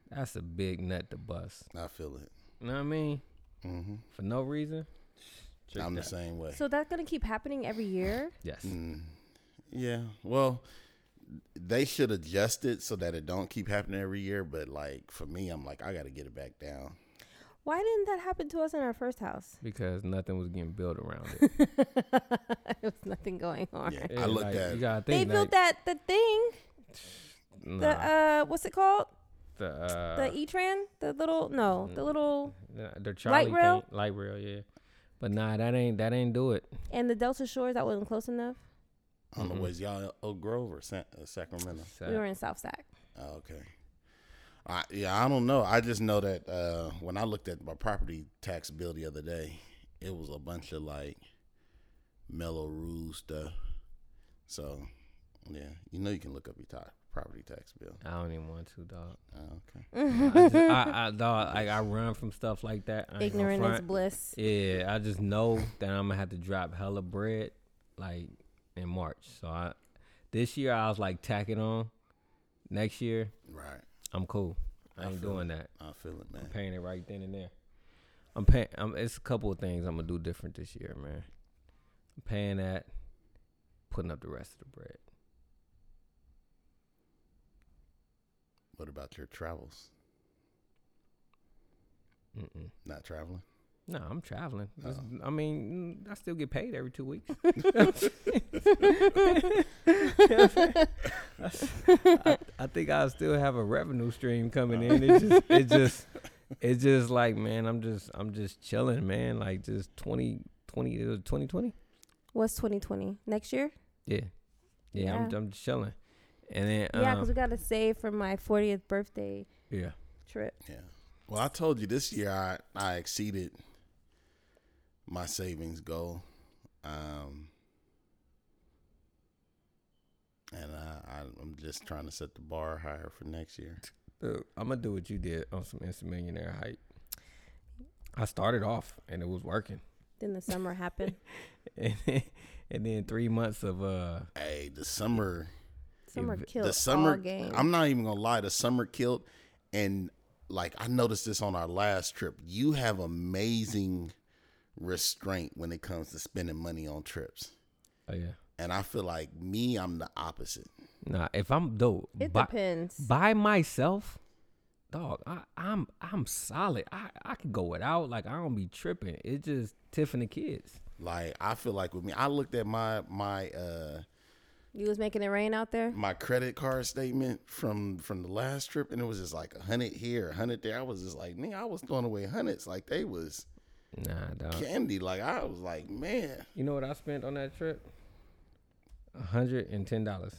that's a big nut to bust.
I feel it.
You know what I mean?
hmm
For no reason. Check
I'm the
that.
same way.
So that's going to keep happening every year?
Yes.
Mm, yeah. Well, they should adjust it so that it don't keep happening every year. But like for me, I'm like I got to get it back down.
Why didn't that happen to us in our first house?
Because nothing was getting built around it.
there was nothing going on.
Yeah,
Yeah,
I looked
like,
at
You gotta
They
think,
built
like,
that the thing,
Nah,
the uh, what's it called?
the uh, mm-hmm.
The E-Tran, the little no, the little
Nah, the Charlie
rail?
Thing, light rail, yeah. But nah, that ain't that ain't do it.
and the Delta Shores. That wasn't close enough.
I don't
Mhm.
know was y'all uh, Oak Grove or Sa- uh, Sacramento.
We were in South Sac.
Oh, okay. I, yeah, I don't know. I just know that uh, when I looked at my property tax bill the other day, it was a bunch of like mellow rules stuff. So, yeah, you know you can look up your top property tax bill.
I don't even want to, dog.
Oh, okay.
I, just, I, I dog, like I run from stuff like that. I ain't gonna
Ignorant is
front.
bliss.
Yeah, I just know that I'm gonna have to drop hella bread like in March. So I this year I was like tacking on. Next year
Right.
I'm cool. I
I
ain't
feel
doing that.
I feel it, man.
I'm paying it right then and there. I'm paying. I'm, it's a couple of things I'm gonna do different this year, man. I'm paying that, putting up the rest of the bread.
What about your travels?
Mm-mm.
Not traveling?
No, I'm traveling. This-
Oh.
I mean, mm, I still get paid every two weeks. I, I think I still have a revenue stream coming in. It just, it just, it just like, man, I'm just, I'm just chilling, man. Like just uh, 20, 20, 2020.
What's 2020? Next year?
Yeah. yeah, I'm,
Yeah.
I'm just chilling. And then,
Yeah, 'cause
yeah,
we got to save for my 40th birthday
yeah.
trip.
Yeah. Well, I told you this year I, I exceeded my savings goal. Um, and I, I, I'm just trying to set the bar higher for next year.
Uh, I'm gonna do what you did on some instant millionaire hype. I started off and it was working,
Then the summer happened.
and then, and then three months of uh,
Hey, the summer,
Summer
The
killed
the summer,
all game.
I'm not even going to lie, the summer killed. And like, I noticed this on our last trip. You have amazing restraint when it comes to spending money on trips.
oh yeah,
And I feel like me, I'm the opposite.
nah. If I'm dope,
it
by,
depends.
by myself, dog, I, I'm I'm solid. I I can go without. Like I don't be tripping. It's just Tiff and the kids.
Like I feel like with me, I looked at my my uh
you was making it rain out there?
my credit card statement from from the last trip, and it was just like a hundred here, a hundred there. I was just like, man, I was throwing away hundreds like they was
Nah, dog.
candy. Like I was like, man,
You know what I spent on that trip? hundred and ten dollars.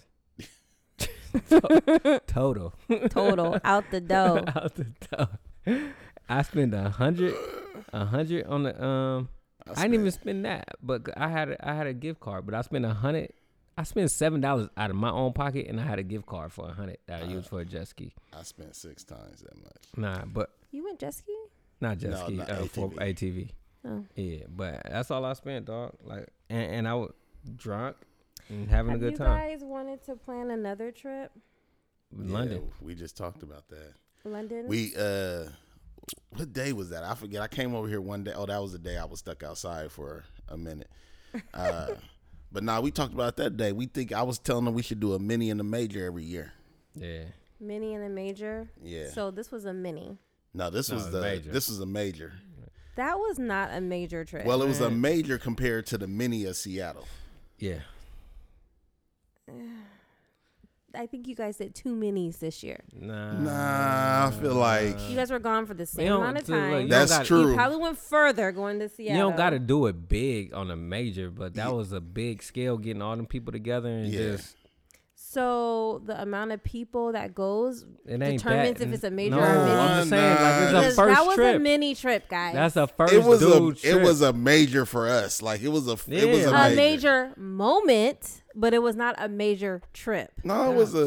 Total.
Total out the dough.
out the door. I spent a hundred, a hundred on the um. I, didn't even spend that, but I had a, I had a gift card, but I spent a hundred. I spent seven dollars out of my own pocket, and I had a gift card for a hundred that I used for a jet ski.
I spent six times that much.
Nah, but
You went jet skiing?
not jet
No,
ski
not
uh, for
ATV.
ATV.
Oh.
Yeah, but that's all I spent, dog. Like, and, and I was drunk and having
Have
a
you
good time.
guys wanted to plan another trip?
London.
Yeah, we just talked about that.
London?
We uh, what day was that? I forget. I came over here one day. Oh, that was the day I was stuck outside for a minute. Uh, but now nah, we talked about that day. We think I was telling them we should do a mini and a major every year.
Yeah.
mini and a major.
Yeah.
So this was a mini.
no, this
No,
was the
the major.
this was a major.
That was not a major trip.
Well, it was a
Right.
major compared to the mini of Seattle.
Yeah.
I think you guys did two minis this year.
Nah.
Nah, I feel like
You guys were gone for the
You
same
don't-
amount of
look,
time.
you don't
That's
gotta-
true.
You probably went further going to Seattle.
You don't got to do it big on a major, but that was a big scale getting all them people together and
Yeah.
just
So the amount of people that goes
it ain't
Determines
that.
if it's a major
no,
or a mini.
I'm just saying like
because
it's a first
that was
trip.
a mini trip, guys.
That's a first
it was a
dude
it
trip.
was a major for us. Like it was a it was
Yeah.
a
a
major.
major moment, but it was not a major trip.
No, it was a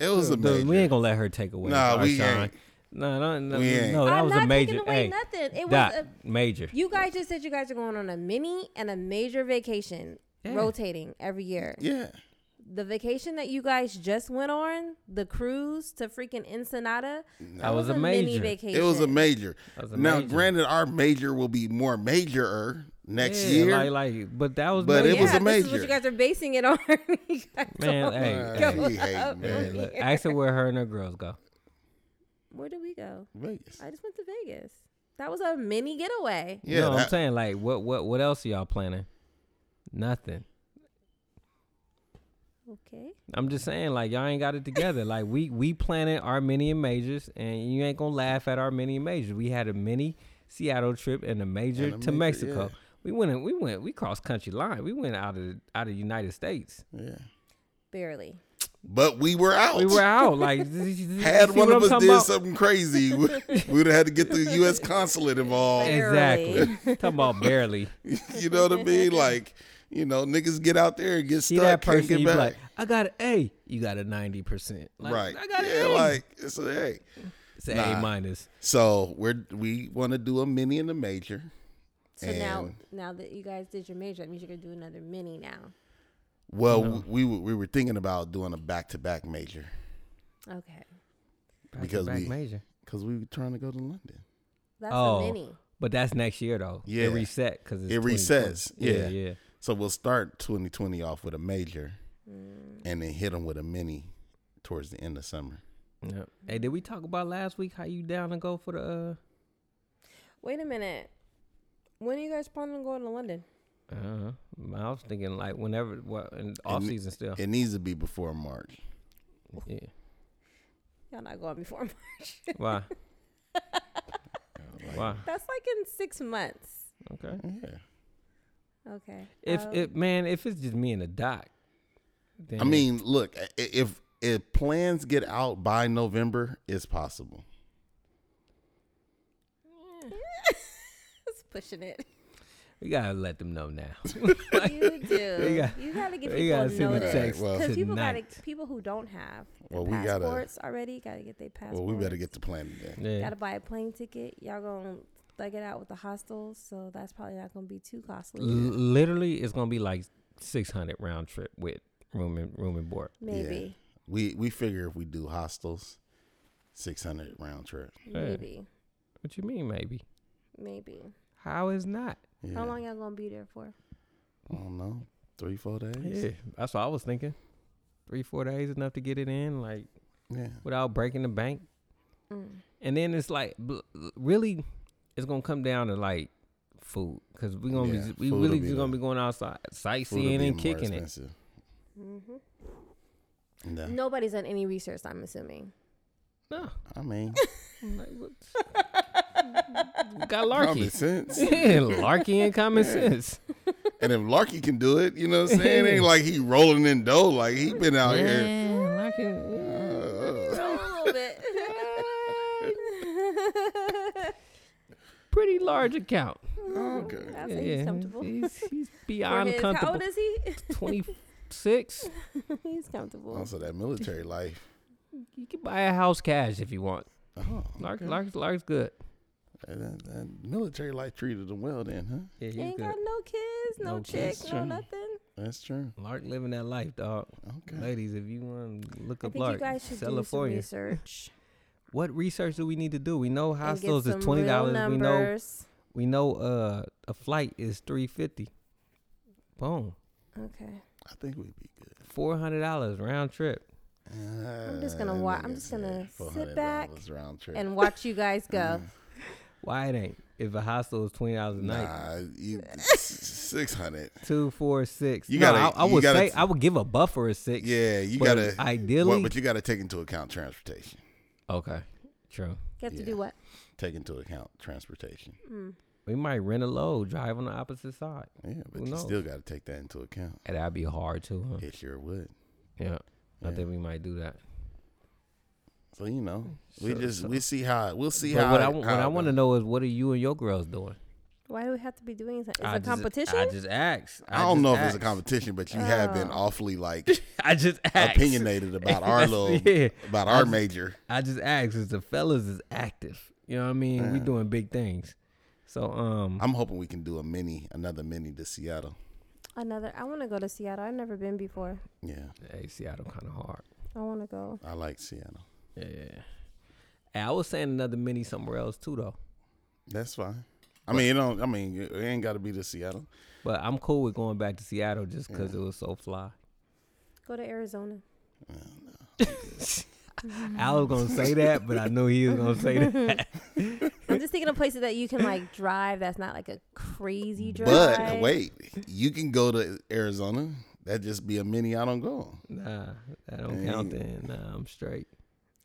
it was a
Dude,
major.
We ain't gonna let her take away.
Nah,
our
we
shine.
ain't.
No, no, no,
We ain't.
no. That
I'm
was
not
a major.
taking away
hey,
nothing. It was
Doc,
a-
major.
You guys just said you guys are going on a mini and a major vacation,
Yeah.
rotating every year.
yeah.
The vacation that you guys just went on, the cruise to freaking Ensenada,
That was a
mini
major.
vacation.
It was a major.
That was a
now,
major.
granted, our major will be more majorer next
Yeah,
year.
like, like, but that was.
But
major.
it was
yeah,
a
This is what
major.
you guys are basing it on. You guys
Man,
don't-
hey,
Uh,
hey,
she hating,
hey,
man.
look, ask her where her and her girls go.
Where did we go?
Vegas.
I just went to Vegas. That was a mini getaway.
Yeah,
no, I'm
that-
saying like, what, what, what else are y'all planning? Nothing.
Okay.
I'm just saying like, y'all ain't got it together. like, we we planning our mini and majors, and you ain't gonna laugh at our mini and majors. We had a mini Seattle trip and a major
And a
to
major,
Mexico.
yeah.
We went, we went, we crossed country line. We went out of the- out of the United States.
yeah.
Barely.
But we were out.
We were out. Like, had
Oh. Had one of us did something crazy, we would have had to get the U.S. consulate involved.
Exactly. Talking about barely.
you know what I mean? Like, you know, niggas get out there and get
See
stuck.
that
can't
person,
get
you be
back.
like, I got an A. You got a ninety percent. Like,
right?
I got an
yeah,
A.
like it's a hey.
it's an
nah.
A minus.
So we're we want to do a mini and a major.
So now,
And-
now that you guys did your major, that means you're gonna do another mini now.
Well, we, we we were thinking about doing a back to back major
Okay.
Back
Because
back
we-
major.
because we were trying to go to London.
That's
Oh.
a mini.
But that's next year though.
Yeah.
It reset because
It resets, yeah.
Yeah. Yeah.
So we'll start 2020 off with a major,
Mm.
and then hit them with a mini towards the end of summer.
yeah. Hey, did we talk about last week how you down to go for the? uh,
Wait a minute. When are you guys planning on going to London?
uh uh I was thinking like whenever what in off
And-
season still.
It needs to be before March.
yeah.
Y'all not going before March.
Why?
Like,
Why?
That's like in six months.
Okay.
Yeah.
Okay.
If
Um,
it man, if it's just me and the doc. Then
I mean, look, i- if if plans get out by November, it's possible.
it's pushing it.
we gotta let them know now.
you do.
We got-
you gotta give
we
people
gotta send a
notice.
text
Well-
Because people gotta
tonight.
people who don't have their
Well, we gotta-
passports already gotta get their passports.
Well, we better get the plan today.
Yeah.
gotta buy a plane ticket. Y'all gonna thug it out with the hostels, so that's probably not gonna be too costly.
L- literally it's gonna be like 600 round trip with room and room and board
Maybe.
We we figure if we do hostels, six hundred round trip.
Yeah.
Maybe.
what you mean maybe
Maybe.
how is not
Yeah.
How long y'all gonna be there for?
I don't know. Three four days.
yeah that's what i was thinking three four days enough to get it in like
Yeah.
without breaking the bank
Mm.
and then it's like bl- really it's gonna come down to like food because we're gonna
Yeah,
be just- we
food will
really
be
just gonna
the-
be going outside
Food will
sightseeing
be
and
more
kicking it
expensive.
Mhm.
No.
Nobody's done any research, I'm assuming.
no
I mean,
like, what? got
common
larky
sense.
yeah, larky and common sense
And if Larky can do it, you know what I'm saying? It ain't like he rolling in dough. Like he been out here.
Yeah, larky, yeah.
Uh,
a little bit.
pretty large account.
okay.
That's yeah, he's comfortable.
He's, he's
For
beyond
his, how
comfortable.
old is he?
26.
he's comfortable.
Also that military life.
You can buy a house cash if you want.
Oh,
Lark,
okay.
Lark's, Lark's good.
That, that- that military life treated him well then, huh?
Yeah,
He
he's
ain't
good.
got no kids, no,
No
chick,
kids,
no
true.
nothing.
That's true.
Lark living that life, dog.
Okay.
Ladies, if you want to look
I
up
think you
Lark,
guys should
sell
do
it
some
for you.
research.
What research do we need to do? We know
and get
hostels
some
is twenty
real
dollars. We know
numbers.
we know uh a flight is three fifty. Boom,
Okay.
I think we'd be good.
four hundred dollars round trip.
I'm just
Ah,
gonna wa- I'm just gonna sit back
round trip.
and watch you guys
Mm.
go.
Why it ain't? If a hostel is twenty dollars a night,
nah, you, six hundred.
two, four, six.
You
No,
gotta-
I, I
you
would
gotta
say
t-
I would give a buffer a six.
Yeah, you
but
gotta
ideally.
Well, but you gotta take into account transportation.
okay, true.
You have to
Yeah.
do what? Mm.
Take into account transportation.
We might rent a load, drive on the opposite side.
Yeah, but
Who
you
knows?
still gotta take that into account.
And that'd be hard too. Huh?
It sure would.
Yeah. I
Yeah.
think we might do that.
So you know, we
So-
just
so-
we see how we'll see
but
how.
what I,
it-
what
how
I
it
want to
goes.
know is what are you and your girls doing?
Why do we have to be doing that? It's
I
a
just-
competition.
I just asked.
I don't
just
know if it's a
asked.
competition, but you have been awfully like
I just asked.
opinionated about our
That's-
little
yeah.
about
I
our
just-
major.
I just asked is the fellas is active. You know what I mean? We doing big things. So um,
I'm hoping we can do a mini, another mini to Seattle.
Another. I want to go to Seattle. I've never been before.
Yeah,
hey, Seattle kind of hard.
I want to go.
I like Seattle.
Yeah. Hey, I was saying another mini somewhere else too though.
That's fine. I mean, it don't. I mean, it ain't got to be to Seattle.
But I'm cool with going back to Seattle just because it was so fly.
Go to Arizona.
I was gonna say that, but I knew he was gonna say that.
I'm just thinking of places that you can like drive. That's not like a crazy drive.
But wait, you can go to Arizona. That just be a mini. I don't go.
Nah, that don't count. Then nah, I'm straight.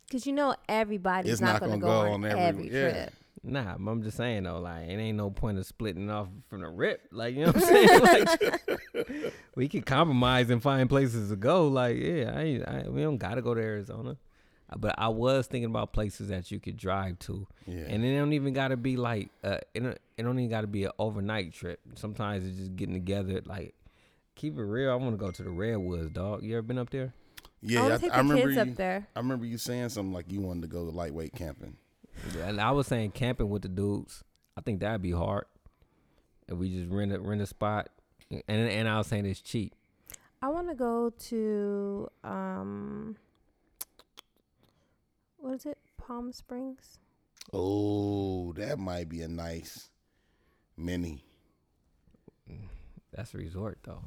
because you know everybody's
It's not
not, going to go,
gonna go
on
on every-
every,
yeah.
trip.
Nah, I'm just saying though, like it ain't no point of splitting off from the rip. Like you know what I'm saying? Like, we could compromise and find places to go. Like yeah, I, ain't- I we don't gotta go to Arizona, Uh, but I was thinking about places that you could drive to,
Yeah.
and it don't even gotta be like uh, it don't, it don't even gotta be an overnight trip. Sometimes it's just getting together. Like keep it real. I want to go to the Redwoods, dog. You ever been up there?
Yeah,
I
I,
want to Oh, take
I
the
remember.
kids
you-
up there.
I remember you saying something like you wanted to go lightweight camping.
And I was saying camping with the dudes. I think that'd be hard. If we just rent a rent a spot, and and I was saying it's cheap.
I want to go to um, what is it? Palm Springs.
Oh, that might be a nice mini.
That's a resort though.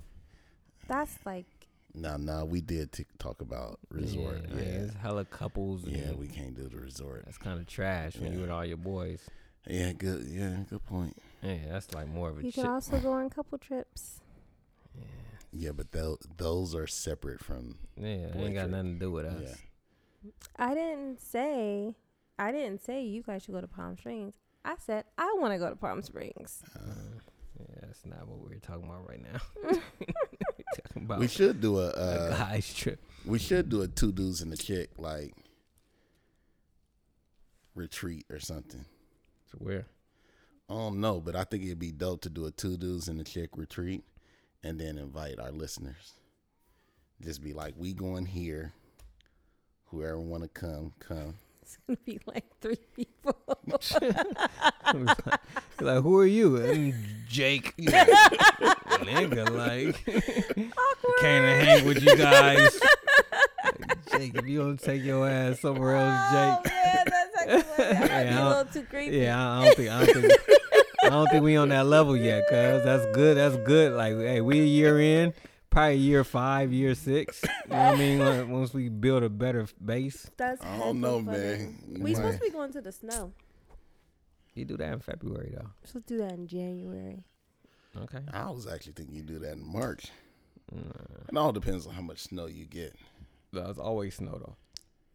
That's like
No, no, we did t- talk about resort.
Yeah,
Yeah,
like,
yeah.
it's hella couples. Yeah,
we can't do the resort.
that's kind of trash when you with all your boys.
Yeah, good. Yeah, good point.
Yeah, that's like more of a
you
chick.
can also go on couple trips.
Yeah, but tho- those are separate from.
yeah, it
boy
ain't got
trip.
nothing to do with us.
Yeah,
I didn't say, I didn't say you guys should go to Palm Springs. I said I want to go to Palm Springs.
Yeah, that's not what we're talking about right now. we're talking about
we should do a.
a
Uh,
guys trip.
we should do a two dudes and a chick like retreat or something.
So where?
I don't know, but I think it'd be dope to do a two dudes and a chick retreat, and then invite our listeners. Just be like, we going here. Whoever want to come, come.
It's gonna be like three people.
like, who are you? I'm Jake. Nigga, like, can't hang with you guys. Like, Jake, if you don't take your ass somewhere
Oh,
else, Jake.
man, that's actually what that might be
Yeah,
a
I'll-
little too creepy.
Yeah, I I don't think I don't think, I don't think we on that level yet, cuz that's good. That's good. Like, hey, we a year in, probably year five, year six. You know what I mean? Like, once we build a better base,
That's
I
heck
don't know,
of funny.
man.
We
Might-
supposed to be going to the snow.
you do that in February though.
So do that in January.
Okay.
I was actually thinking you do that in March. It all depends on how much snow you get.
That's always snow though.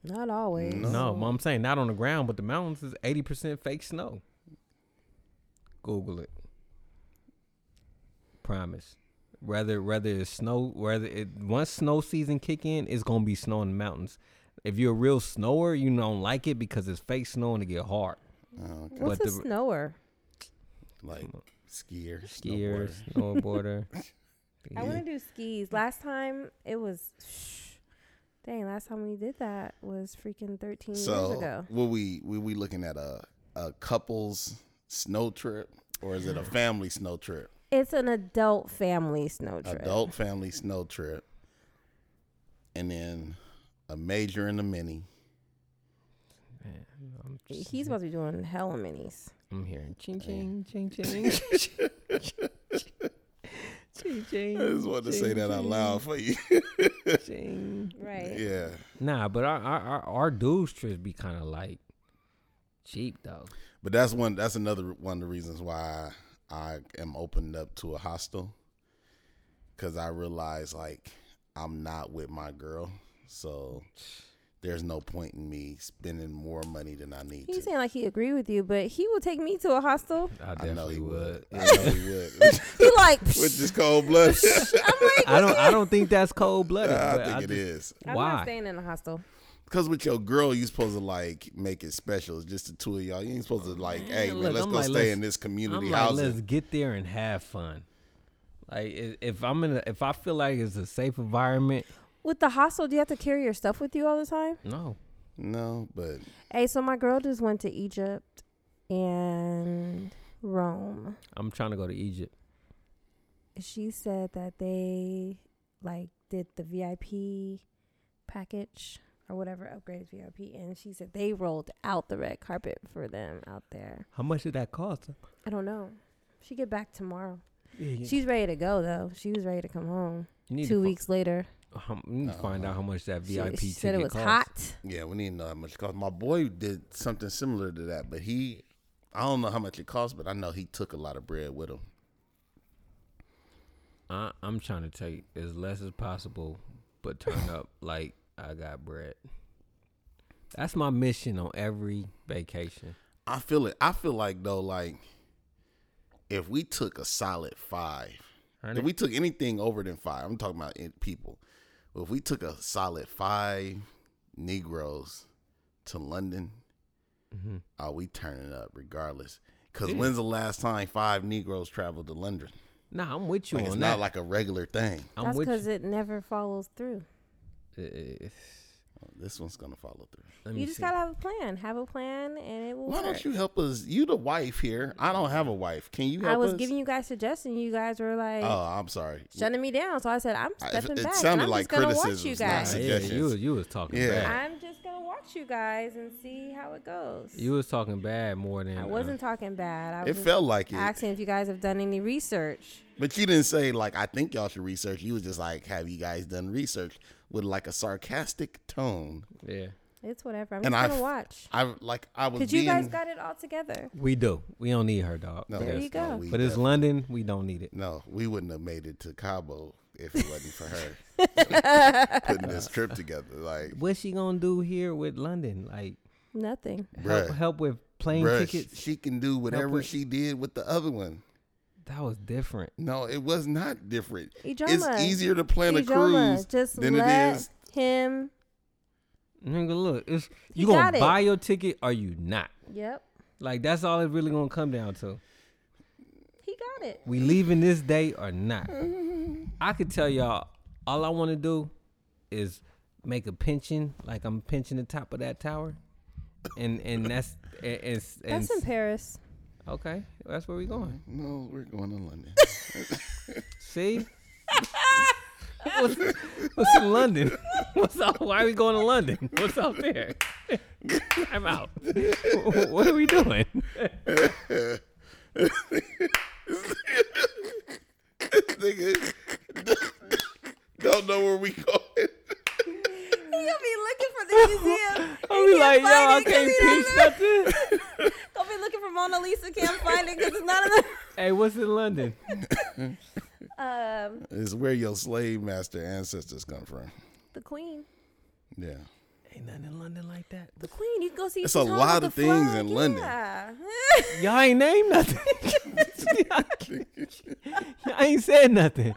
Not always.
No, but I'm saying not on the ground, but the mountains is 80% fake snow. Google it. Promise. Whether whether it's snow, whether it once snow season kick in, it's gonna be snow in the mountains. If you're a real snower, you don't like it because it's fake snow and it get hard.
What's
But
a
the-
snower?
uh, Like skier,
Skier,
snowboarder.
snowboarder.
I want to do skis. Last time it was, dang. Last time we did that was freaking 13 years
So
ago.
were we were we looking at a a couple's snow trip or is it a family snow trip?
It's an adult family snow trip.
Adult family snow trip, and then a major and a mini.
I'm, just,
He's supposed to be doing hella minis.
I'm hearing ching ching ching ching. ching, ching, ching,
I just wanted to say that out loud for you.
Right.
yeah.
Nah, but our our our, our dudes trips be kind of like cheap though.
But that's one. That's another one of the reasons why I am opened up to a hostel, because I realize like I'm not with my girl, so there's no point in me spending more money than I need
He's
to.
saying like he agree with you, but he will take me to a hostel.
I
I know
definitely
he
would.
would. I know he would.
He like
Which is cold blood.
I don't I don't think that's cold blooded.
I
but
think
I
it
just-
is.
I'm
Why?
not staying in a hostel.
Cause with your girl, you supposed to like make it special. It's just the two of y'all. You ain't supposed to like, hey man,
Oh, look,
let's
I'm
go
like,
stay
let's-
in this community
I'm like,
housing.
let's get there and have fun. Like i- if I'm in, a, if I feel like it's a safe environment,
With the hostel, do you have to carry your stuff with you all the time?
no.
No, but
Hey, so my girl just went to Egypt and Rome.
I'm trying to go to Egypt.
She said that they like did the VIP package or whatever upgrades VIP, and she said they rolled out the red carpet for them out there.
How much did that cost?
I don't know. She get back tomorrow.
Yeah, yeah.
She's ready to go though. She was ready to come home.
You need to
Two
fi-
weeks later,
hum- you need to
Uh-uh.
find out how much that
she-
VIP
she, said it was
ticket cost.
hot.
yeah, we need to know how much it cost. My boy did something similar to that, but he, I don't know how much it cost, but I know he took a lot of bread with him.
I, I'm trying to take as less as possible, but turn up like I got bread. That's my mission on every vacation.
I feel it. I feel like though, like if we took a solid five, if we took anything over than five, I'm talking about in people. But if we took a solid five Negroes to London,
Mm-hmm.
are we turning up regardless? Because when's the last time five Negroes traveled to London?
Nah, I'm with you
Like it's
on
not
that.
like a regular thing.
I'm
That's
with
because it never follows through.
you. Uh, uh,
This one's gonna follow through.
let me
You just
see.
gotta have a plan. Have a plan, and it will
Why
work.
don't you help us? You the wife here. I don't have a wife. Can you help
I was
us?
giving you guys suggestions. You guys were like
oh, I'm sorry.
shutting me down, so I said I'm
I-
stepping
it
back.
sounded
and I'm
like
just gonna watch
criticism,
you
not
guys.
Nah, yeah, you
suggestions.
was you was talking
Yeah.
bad.
I'm just gonna watch you guys and see how it goes.
You was talking bad more than uh,
I wasn't talking bad. I
It
was just
felt like it,
asking if you guys have done any research.
but you didn't say like I think y'all should research. You was just like, have you guys done research with like a sarcastic tone?
Uh, yeah,
It's whatever. I'm
And
just
I
gonna
f-
watch.
I like I was.
Cause
being,
you guys got it all together.
we do. We don't need her, dog.
No,
There
that's-
you go.
no, we
but it's
def-
London. We don't need it.
no, we wouldn't have made it to Cabo if it wasn't for her putting this trip together. Like,
What's she gonna do here with London? Like
Nothing.
help,
bruh,
help with plane
bruh,
tickets.
she can do whatever
with-
she did with the other one.
That was different.
No, it was not different.
Ijoma.
It's easier to plan a
Ijoma,
cruise
just
than
let
it is.
him.
Nigga, look, it's
He
you gonna
got it.
buy your ticket or you not.
Yep,
Like that's all it really gonna come down to.
he got it.
We leaving this day or not. I could tell y'all all I want to do is make a pension, like I'm pinching the top of that tower, and and that's and, and, and
That's in Paris.
okay, that's where we going.
No, we're going to London.
See, what's, what's in London? What's up? Why are we going to London? What's up there? I'm out. What are we doing?
Nigga, don't know where we going.
He gonna be looking for the museum.
I'll be like,
can't find
yo, I
it 'cause
can't
he don't
pinch nothing.
Gonna be looking for Mona Lisa. Can't find it because it's not in the.
Hey, what's in London?
Um,
It's where your slave master ancestors come from.
the Queen.
Yeah.
Ain't nothing in London like that.
The Queen. You can go see.
It's
she's
a
hung
lot
with
of
the
things
flag,
in London.
yeah.
Y'all ain't named nothing. Y'all ain't said nothing.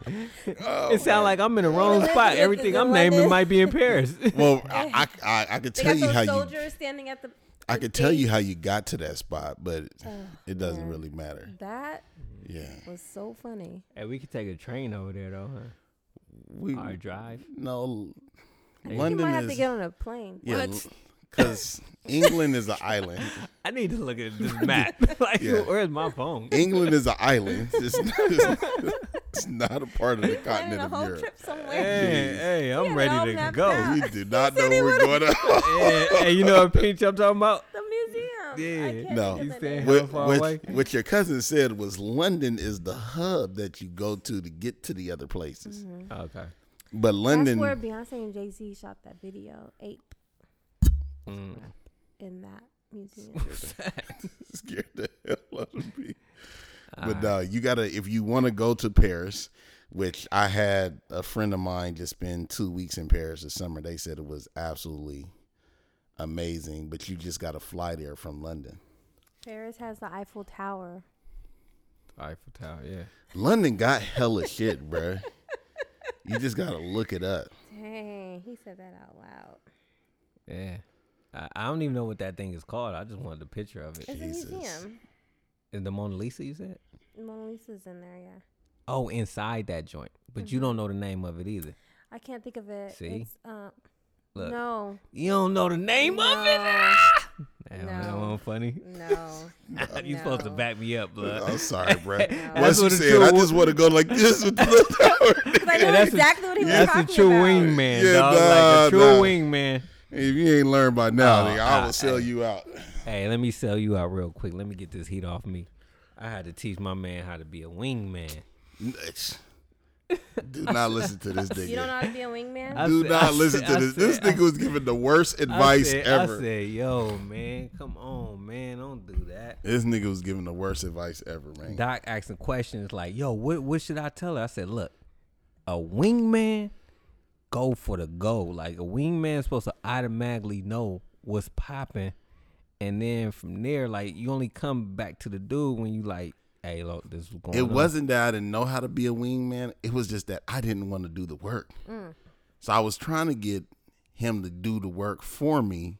Oh.
it sound like I'm in the wrong
London
spot.
is
Everything
in
I'm
London.
naming might be in Paris.
Well, I, I, I, I could
they
tell
got
you how
those
you
soldiers standing at the.
I could tell you how you got to that spot, but it doesn't really matter.
That
Yeah.
was so funny.
hey, we could take a train over there though, huh?
We
Or a drive.
no
You might
London
have to
is
get on a plane.
yeah,
What?
because England is an island.
I need to look at this map. like,
Yeah.
where's my phone?
England is an island. It's, it's, it's not a part of the
Planning
continent
a
of
whole
Europe.
trip somewhere.
Hey, hey,
had
I'm
it all
ready to
mapped
go.
out.
We do not know where we're going.
hey, hey, you know what pinch I'm talking about?
The museum. don't.
Yeah.
I can't
No. You
Think of the
said
name.
How
What,
far
what-
away?
what your cousin said was London is the hub that you go to to get to the other places.
Okay.
But London,
Mm. Mm-hmm. That's where Beyonce and Jay Z shot that video, Ape,
Mm.
in that museum.
scared the hell out of me. But
Ah.
uh, you gotta if you want to go to Paris, which I had a friend of mine just spend two weeks in Paris this summer. They said it was absolutely amazing, but you just gotta fly there from London.
Paris has the Eiffel Tower.
Eiffel Tower. Yeah.
London got hella shit, bruh. You just gotta look it up.
Dang, he said that out loud.
Yeah. I, I don't even know what that thing is called. I just wanted a picture of it.
It's
Jesus.
a museum.
Is the Mona Lisa you said?
Mona Lisa's in there, yeah.
Oh, inside that joint. But
Mm-hmm.
you don't know the name of it either.
I can't think of it.
See?
It's, uh,
Look.
No,
You don't know the name of it.
No.
Ah! Damn, that
No.
wasn't funny.
no.
you supposed to
No.
back me up, blood.
I'm sorry, bruh. Once
That's
you
what a
said,
true
I
wo-
just want to go like this with the tower.
Because I
Yeah,
knew
that's a-
exactly what he was
That's a
talking
true
about.
wingman,
Yeah,
dog. like
nah,
a true
nah.
wingman.
If you ain't learned by now,
Oh,
nigga, I
I-
will sell you out.
Hey, let me sell you out real quick. Let me get this heat off me. I had to teach my man how to be a wingman.
Do not listen to this nigga.
You don't know how to be a wingman?
I
Do
said- I
not listen
said-
to
I
this. this
said-
nigga was giving the worst advice
I said,
ever.
I said, yo, man, come on, man, don't do that.
This nigga was giving the worst advice ever, man.
Doc asking questions like, yo, what what should I tell her? I said, look, a wingman, go for the goal. Like a wingman's supposed to automatically know what's popping. And then from there, like you only come back to the dude when you like, hey, look, this was going
It
on.
wasn't that I didn't know how to be a wingman. It was just that I didn't want to do the work. So I was trying to get him to do the work for me,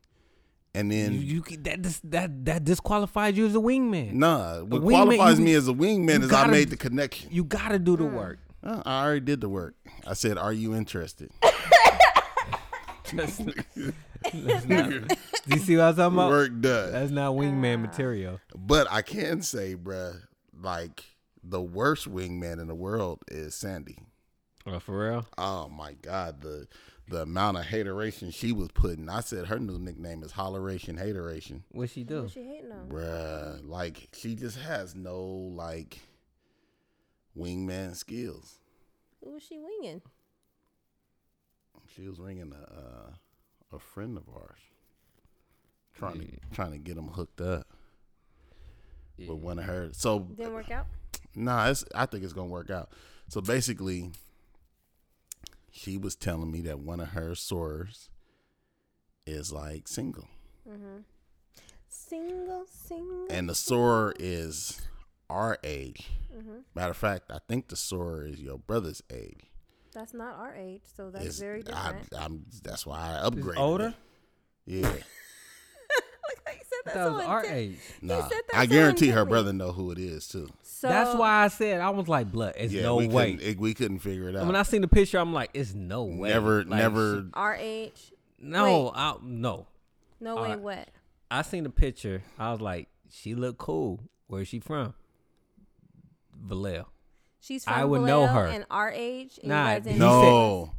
and then
you, you can- that dis- that that disqualifies you as a wingman.
nah. What
wingman,
qualifies
you-
me as a wingman
you
is I
gotta-
made the connection.
You gotta do the work.
Uh, I already did the work. I said, "Are you interested?"
That's- that's not- do you see what I'm talking about?
work done.
That's not wingman material.
But I can say, bruh, like the worst wingman in the world is Sandy.
Oh, for real?
Oh my God, the the amount of hateration she was putting. I said her new nickname is holleration, hateration.
What she do?
What she hating on?
Bruh, like she just has no like wingman skills.
Who was she winging?
She was ringing a uh, a friend of ours, trying to trying to get him hooked up. With one of her, so
Didn't work out?
Nah, it's, I think it's gonna work out. So basically, she was telling me that one of her sorors is like single,
Single, single.
and the soror is our age.
Mm-hmm.
Matter of fact, I think the soror is your brother's age.
That's not our age, so that's
It's-
very
I,
different.
I'm, that's why I upgraded.
older?
it. Yeah,
Look how you said that,
That
so
was our
intent-
age.
nah.
said that
I
so
guarantee her
intently.
brother know who it is too.
So
That's why I said I was like, "Blood, it's
Yeah,
no
we
way."
Couldn't, it- we couldn't figure it out.
When I seen the picture, I'm like, "It's no way."
never,
Like,
never.
our age.
No,
Wait.
I no.
No
Uh,
way. What?
I seen the picture. I was like, "She look cool. Where's she from?" Vallejo.
She's from
I would know
Vallejo
her.
And our age. And
Nah,
you guys in-
he
No,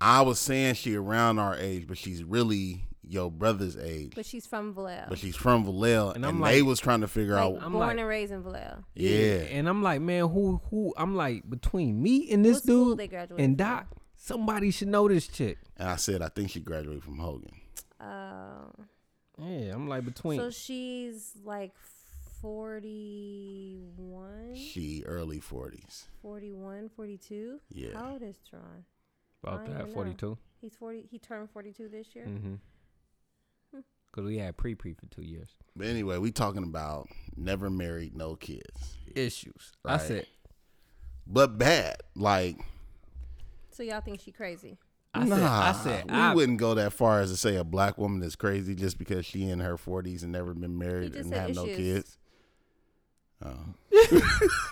I was saying she around our age, but she's really your brother's age.
But she's from Vallejo.
But she's from Vallejo, and,
And I'm
they
like-
was trying to figure
like,
out.
I'm
born
like-
and raised in Vallejo.
yeah,
And I'm like, man, who who? I'm like, between me and this
What school
dude
they graduated
and
from?
Doc, somebody should know this chick.
and I said I think she graduated from Hogan.
Um,
Yeah, I'm like between.
so she's like 41,
She early forties.
41, 42.
Yeah.
How old is Tron?
about
I don't
that,
know.
42.
He's 40. He turned 42 this year.
Mm-hmm.
Hmm.
Cause we had pre pre for two years.
But anyway, we talking about never married, no kids,
Issues.
Right.
I said.
but bad. Like
So y'all think she crazy?
I
nah,
said. I said.
we
I,
wouldn't go that far as to say a black woman is crazy just because she in her forties and never been married
just
and
said
have no
issues.
kids.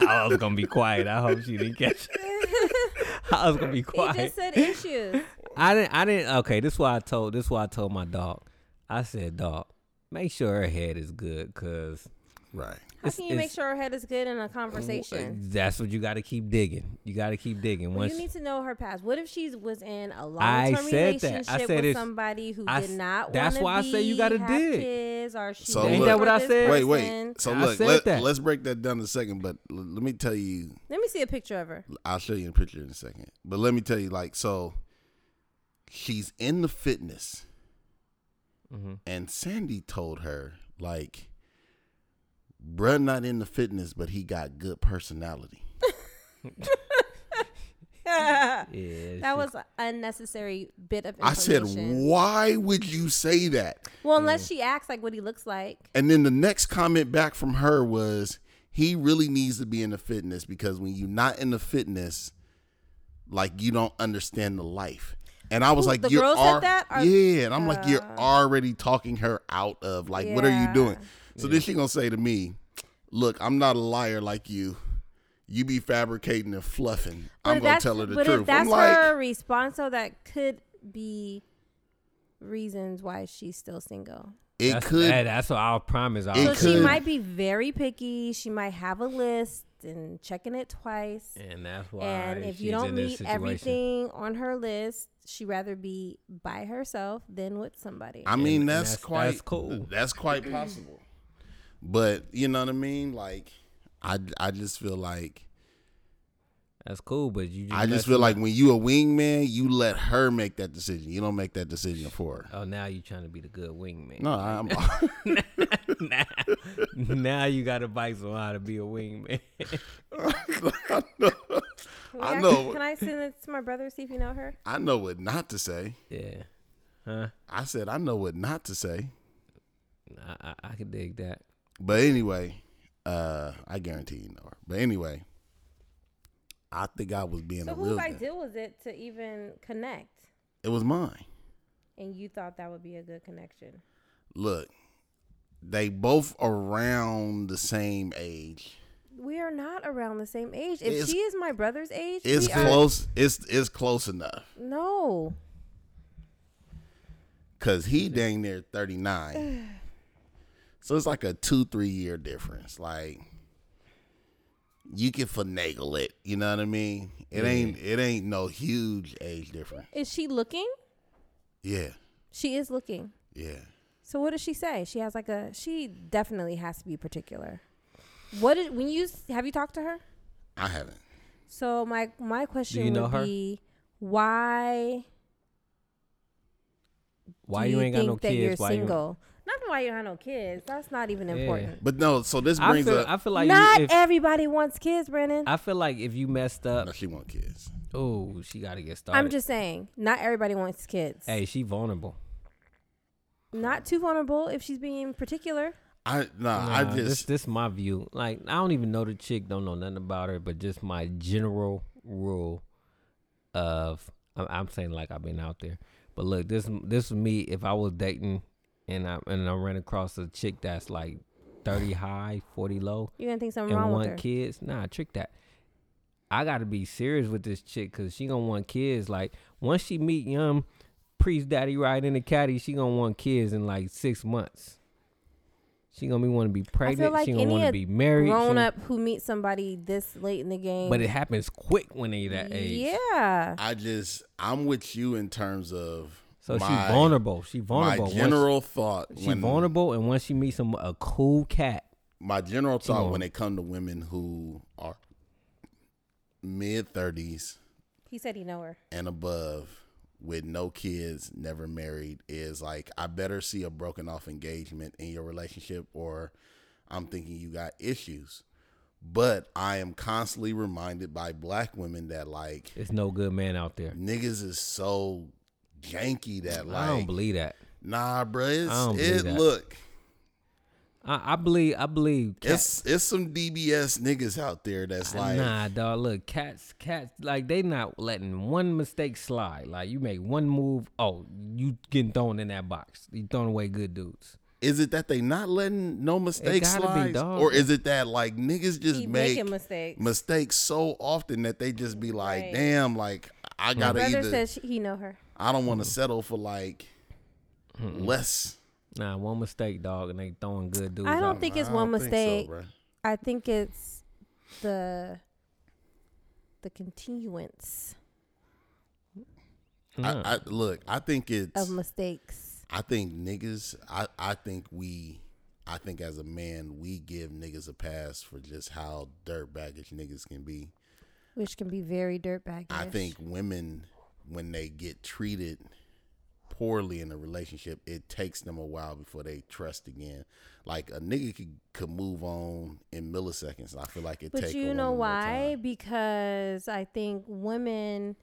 I was gonna be quiet. I hope she didn't catch it. I was gonna be quiet.
He just said issues.
I didn't. I didn't. Okay, this is why I told. This is why I told my dog. I said, dog, make sure her head is good, cause
Right.
How can you make sure her head is good in a conversation?
That's what you got to keep digging. You got to keep digging.
Well,
Once
you need to know her past. What if she was in a
I
long term
said that. I
relationship
said
with
it's-
somebody who
I
did
s-
not
that's
wanna
why I say you
be,
gotta
have
dig.
kids, or she
So
was
Ain't
with
that
what I
this
said?
Wait,
person.
wait. So
I
look,
said
let,
that.
let's break that down in a second. But l- let me tell you,
Let me see a picture of her.
I'll show you in a picture in a second. But let me tell you, like, so she's in the fitness,
Mhm.
and Sandy told her, like, bruh, not in the fitness, but he got good personality.
that
yeah, she-
was an unnecessary bit of
I said,
information.
why would you say that?
well,
Mm.
unless she acts like what he looks like.
And then the next comment back from her was, he really needs to be in the fitness because when you're not in the fitness, like you don't understand the life. And I was
Who-
like,
the
you're
girl said
al-
that? Or-
yeah. And I'm like, you're
Uh.
already talking her out of like, what are you doing?
Yeah.
So then she gonna say to me, look, I'm not a liar like you. You be fabricating and fluffing.
But
I'm gonna
if that's-
tell her the
but
truth.
if that's
I'm like,
her response, though, that could be reasons why she's still single.
it
that's,
could.
that- that's what I'll promise. I'll
So
It
she
could.
might be very picky. She might have a list and checking it twice.
And that's why.
and if you
she's
don't
in this
meet
situation.
everything on her list, she'd rather be by herself than with somebody.
I mean,
and
that's,
that's-
quite
that's cool.
That's quite possible. But you know what I mean? Like, I I just feel like
that's cool. But you,
I just
let-
feel like when you a wingman, you let her make that decision. You don't make that decision for her.
Oh, now you trying to be the good wingman.
No, I'm.
now, now you got advice on how to be a wingman.
I know.
Can we
I
ask-
know.
Can I send it to my brother see if you know her?
I know what not to say.
yeah, huh?
I said I know what not to say.
I, I, I could dig that.
But anyway, uh, I guarantee you know her. But anyway, I think I was being
So
a real.
whose
nigga.
idea was it to even connect?
It was mine.
And you thought that would be a good connection.
Look, they both around the same age.
We are not around the same age. If
It's-
she is my brother's age,
It's
we Are,
close. It's it's close enough.
no,
Cause he dang near thirty nine. so it's like a two three year difference. Like you can finagle it. You know what I mean? It ain't it ain't no huge age difference.
is she looking?
Yeah,
She is looking.
yeah.
So what does she say? She has like a. She definitely has to be particular. What did when you s- have you talked to her?
I haven't.
So my my question
know
would
her?
be why
Why
do
you ain't got no
think that
kids?
You're
Why you?
single. Not why you have no kids. That's not even important.
But no. So this
I
brings
feel,
up.
I feel like
not
you, if,
everybody wants kids, Brennan.
I feel like if you messed
no,
up,
she want kids.
oh, she got to get started.
I'm just saying, not everybody wants kids.
Hey, she vulnerable.
Not too vulnerable if she's being particular.
I no. Uh, I
Nah,
just
this this my view. Like I don't even know the chick, don't know nothing about her, but just my general rule of I'm, I'm saying like I've been out there, but look, this this is me. If I was dating and I and I ran across a chick that's like thirty high, forty low,
You're gonna think something
and
wrong with
want
her.
kids, nah, trick that. I gotta be serious with this chick because she gonna want kids. Like once she meet young priest daddy right in the caddy, she gonna want kids in like six months. She gonna be want to be pregnant.
like
she gonna
any
want to
ad-
be married. She
Grown
gonna-
up who meets somebody this late in the game.
but it happens quick when they that age.
Yeah.
I just I'm with you in terms of
So
my,
she vulnerable. She vulnerable.
My
Once-
general thought
she
when
vulnerable, and once she meets some a cool cat,
my general thought
vulnerable.
when it come to women who are mid thirties
He said he know her.
and above with no kids, never married, is like I better see a broken off engagement in your relationship or I'm thinking you got issues. But I am constantly reminded by black women that like
it's no good man out there.
niggas is so janky that like
I don't believe that.
Nah, bro. It's,
I don't believe
it
that.
look.
I, I believe. I believe. Cat,
It's it's some DBS niggas out there that's like
nah, dog. Look, cats, cats, like they not letting one mistake slide. Like you make one move, oh, you getting thrown in that box. You throwing away good dudes.
is it that they not letting no mistakes
gotta be,
slide?
dog.
Or is it that like niggas just
Keep
make
making mistakes.
mistakes so often that they just be like,
Right.
damn, like I gotta
Brother
either
says she, he know her.
I don't wanna settle for like less.
Nah, one mistake, dog, and they throwing good dudes.
I
out.
don't think it's one
don't think so,
mistake.
bruh.
I think it's the the continuance
I, I look. I think
of
it's.
mistakes.
I think niggas. I I think we. I think as a man, we give niggas a pass for just how dirt baggage niggas can be.
Which can be very dirtbag.
I think women, when they get treated poorly in a relationship, it takes them a while before they trust again. Like a nigga could, could move on in milliseconds. I feel like it
But
takes
you know why? Because I think women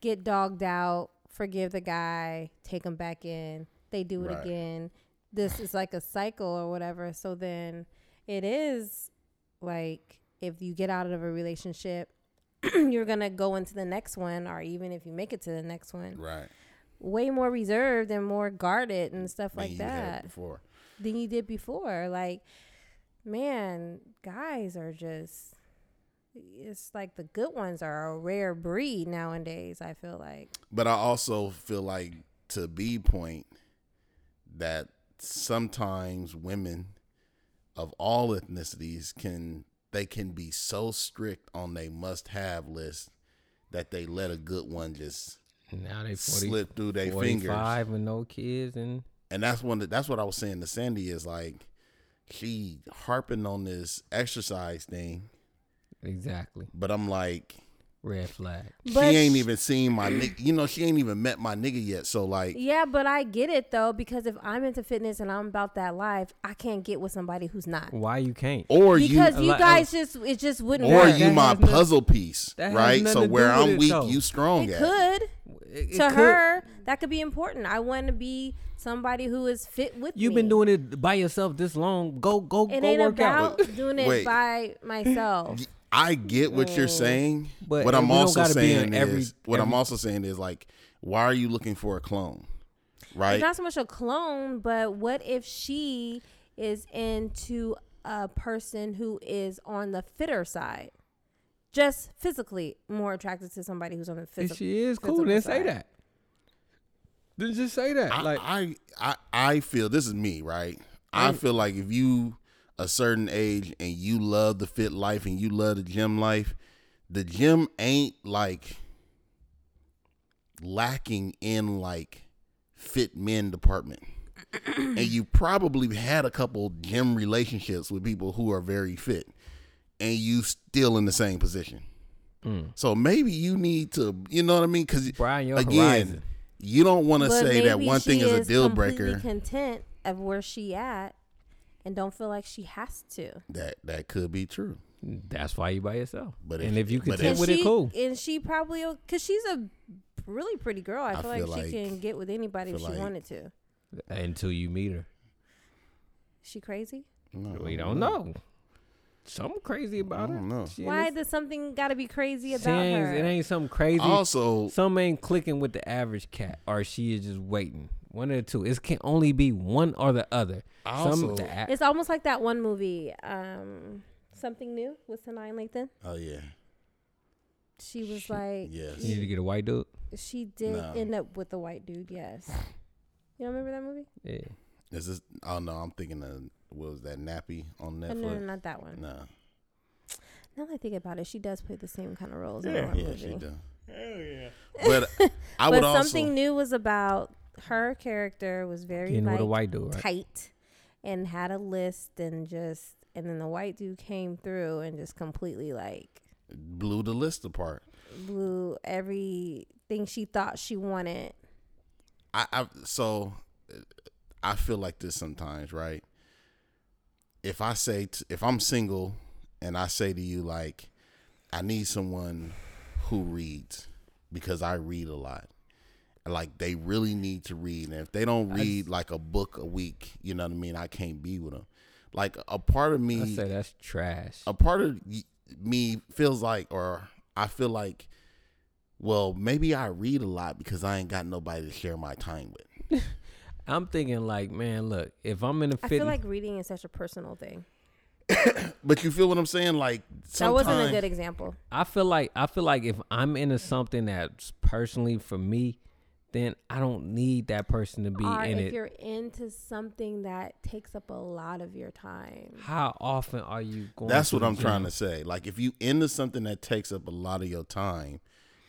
get dogged out, forgive the guy, take him back in. They do it
Right.
again. This is like a cycle or whatever. So then it is like if you get out of a relationship, you're going to go into the next one, or even if you make it to the next one,
Right.
way more reserved and more guarded and stuff
Than
like
you had
that
before.
than you did before. Like, man, guys are just. It's like the good ones are a rare breed nowadays. I feel like
But I also feel like to B point that sometimes women of all ethnicities can they can be so strict on they must have list that they let a good one just
now they 40,
slip through their fingers.
45 and no kids and
And that's one that, that's what I was saying to Sandy is like she harping on this exercise thing,
exactly
but I'm like
red flag.
But
she ain't
sh-
even seen my nigga. You know, she ain't even met my nigga yet. So like,
Yeah, but I get it though because if I'm into fitness and I'm about that life, I can't get with somebody who's not.
Why you can't?
or you
Because you
Like,
guys just it just wouldn't
or
work.
you
that
my
has noth-
puzzle piece,
that has
right?
nothing
So
to do
where
with
I'm
it,
weak,
though.
you strong
It
at.
could
It- it
to
could-
her that could be important. I want to be somebody who is fit with
You've
me.
been doing it by yourself this long. Go go
It
go
ain't
work
about
out.
doing it
Wait.
by myself.
I get what you're saying,
But
but what I'm
we don't
also
gotta be
saying
in every-
is what I'm
every-
also saying is like, why are you looking for a clone, right?
It's not so much a clone, but what if she is into a person who is on the fitter side? Just physically more attracted to somebody who's on the
If
physical.
she is cool, then say that. Then just say that.
I,
like Mm.
I, I, I feel this is me, right? I feel like if you a certain age and you love the fit life and you love the gym life, the gym ain't like lacking in like fit men department. and you probably had a couple gym relationships with people who are very fit and you still in the same position. So maybe you need to, you know what I mean? Because
Mm. Brian, your horizon.
again, you don't want to say that one thing is a deal breaker.
Content of where she at, and don't feel like she has to.
That that could be true.
that's why you by yourself.
But
and
if-
if you
but
content
if-
with
she,
it, cool.
And she probably because she's a really pretty girl. I,
I
feel,
feel
like, she
like-
can get with anybody if she
feel like-
wanted to.
Until you meet her,
She crazy?
No,
we don't know. Something crazy about her.
don't know.
She in
Why
this-
does something got to be crazy
she
about
ain't-
her?
It ain't something crazy.
Also,
Some ain't clicking with the average cat, or she is just waiting. One or two. It can only be one or the other.
Also-
Some the a-
It's almost like that one movie, um, something new with Sanaa and Lathan.
oh yeah,
She was like,
yes.
you need to get a white dude.
she did
No.
end up with the white dude. Yes, you don't remember that movie?
Yeah.
Is this? Oh no, I'm thinking of what was that nappy on
Oh, no, no,
Netflix?
not that one.
No,
Now that I think about it, she does play the same kind of roles in
yeah,
that
Oh, yeah, she
movie.
done. But I would
but
also
something new was about her character was very
Getting with a
like,
white dude, right?
tight, and had a list, and just and then the white dude came through and just completely like
blew the list apart.
blew everything she thought she wanted.
I, I so uh, I feel like this sometimes, right? If I say t- if I'm single and I say to you like I need someone who reads because I read a lot. And, Like they really need to read, and if they don't read like a book a week, you know what I mean. I can't be with them. Like a part of me,
I say that's trash.
a part of y- me feels like, or I feel like, well, maybe I read a lot because I ain't got nobody to share my time with.
I'm thinking like, man, look, if I'm in a
I
fitness,
feel like reading is such a personal thing.
But you feel what I'm saying? Like
That wasn't a
sometimes-
good example.
I feel like I feel like if I'm into something that's personally for me, then I don't need that person to be
or
in
if
it.
you're into something that takes up a lot of your time.
How often are you going?
That's
to
what
the
I'm trying to
gym?
say. Like if you into something that takes up a lot of your time,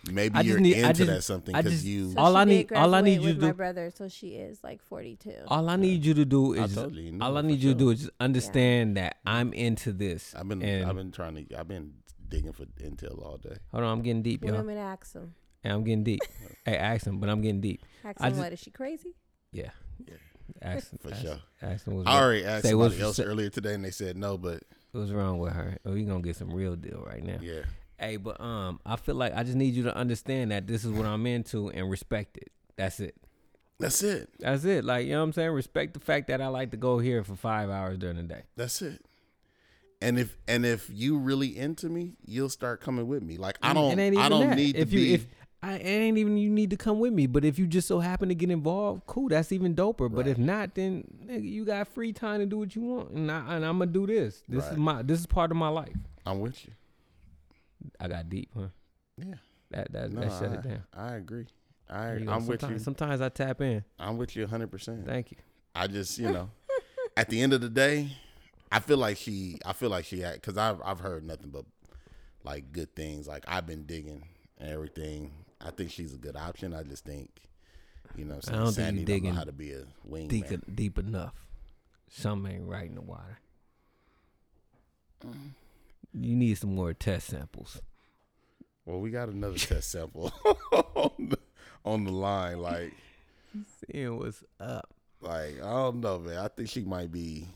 maybe
I just
you're
need- I
into
just-
that something
I
because
just-
you.
So
All
she
I
did
need- all I
graduate
need you
with
to
my
do-
brother, so she is like 42.
All I need you to do
I
is
told you, you
all
know,
I
for
need you
sure.
to do is just understand that I'm into this.
I've been
and-
I've been trying to I've been digging for intel all day.
Hold on, I'm getting deep,
Women
y'all.
would ask him.
And I'm getting deep. hey, ask him, but I'm getting deep.
Ask
I
him
just-
what? Is she crazy?
Yeah. Ask him.
For
ask,
sure.
Ask him what's,
I
wrong,
already asked
Say what's
somebody else
the-
earlier today and they said no, but
what's wrong with her. Oh, you gonna get some real deal right now.
yeah,
Hey, but um, I feel like I just need you to understand that this is what I'm into and respect it. That's it.
that's it.
That's it. Like, you know what I'm saying? Respect the fact that I like to go here for five hours during the day.
That's it. And if and if you really into me, you'll start coming with me. Like I don't I don't need
if
to
you
be
if I it ain't even you need to come with me, but if you just so happen to get involved, cool, that's even doper. But if not, then nigga, you got free time to do what you want, and I and I'm gonna do this. This is
Right.
my this is part of my life.
I'm with you.
I got deep, huh?
Yeah.
That that,
No,
that shut
I,
it down.
I agree. I
There you go.
I'm with
sometimes,
you.
sometimes I tap in.
I'm with you 100. percent
Thank you.
I just you know, at the end of the day, I feel like she. I feel like she because I've I've heard nothing but like good things. Like I've been digging and everything. I think she's a good option. I just think you know,
I
Sandy
don't think
Sandy
you
don't know
digging
how to be a wingman.
Deep en- deep enough. Something ain't right in the water.
Mm.
You need some more test samples.
Well, we got another test sample on, the, on the line. Like
Seeing what's up.
like I don't know, man. I think she might be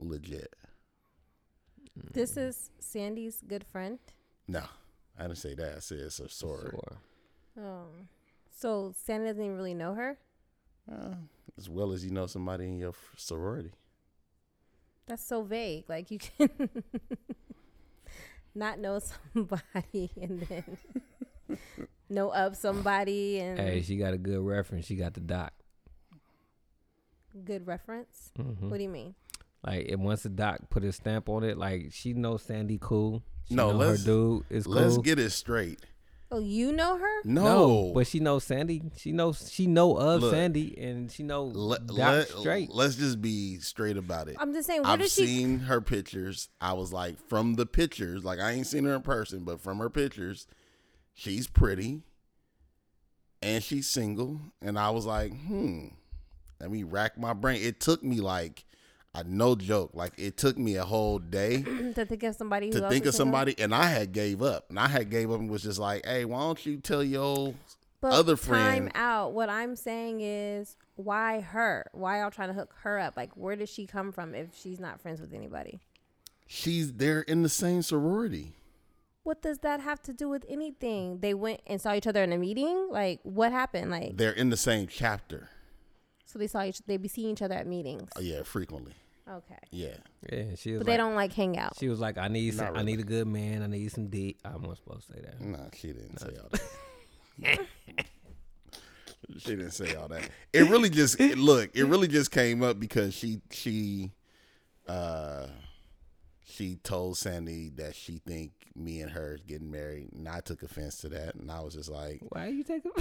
legit.
This is Sandy's good friend.
No, I didn't say that. I said it's a sword.
Sure.
Oh. So Sandy doesn't even really know her?
Uh, as well as you know somebody in your f- sorority.
That's so vague. Like you can not know somebody and then know of somebody and
Hey,
Mm-hmm.
she got a good reference. She got the doc.
good reference.
Mm-hmm.
Mhm.
What do you mean?
Like, and once the doc put his stamp on it, like she knows Sandy cool. She
No,
know
let's-
her dude is cool.
Let's get it straight.
Oh, you know her?
No,
but she knows Sandy. She knows she know of
Look.
Sandy, and she know
let,
doc
let,
straight.
let's just be straight about it.
I'm just saying, what
I've
does she?
seen her pictures. I was like, from the pictures, like I ain't seen her in person, but from her pictures, she's pretty and she's single. And I was like, hmm, let me rack my brain. It took me like, I no joke, like it took me a whole day.
to think of somebody who
to
else
think
is
of
single?
somebody, and I had gave up, and I had gave up and was just like, "Hey, why don't you tell your old
But
other
time
friend?"
out. What I'm saying is, why her? Why y'all trying to hook her up? Like, where does she come from if she's not friends with anybody?
She's there in the same sorority.
What does that have to do with anything? They went and saw each other in a meeting. Like, what happened? Like,
They're in the same chapter.
so they saw each. They be seeing each other at meetings.
Oh, yeah, frequently.
Okay,
Yeah,
yeah, she was
but
like,
they don't like hang out.
she was like, I need some,
Not
I
really. Mm.
need a good man. I need some D. I wasn't supposed to say that.
nah, she didn't say all that. she didn't say all that. It really just it- look. It really just came up because she she uh she told Sandy that she think me and her is getting married, and I took offense to that, and I was just like,
Why you taking?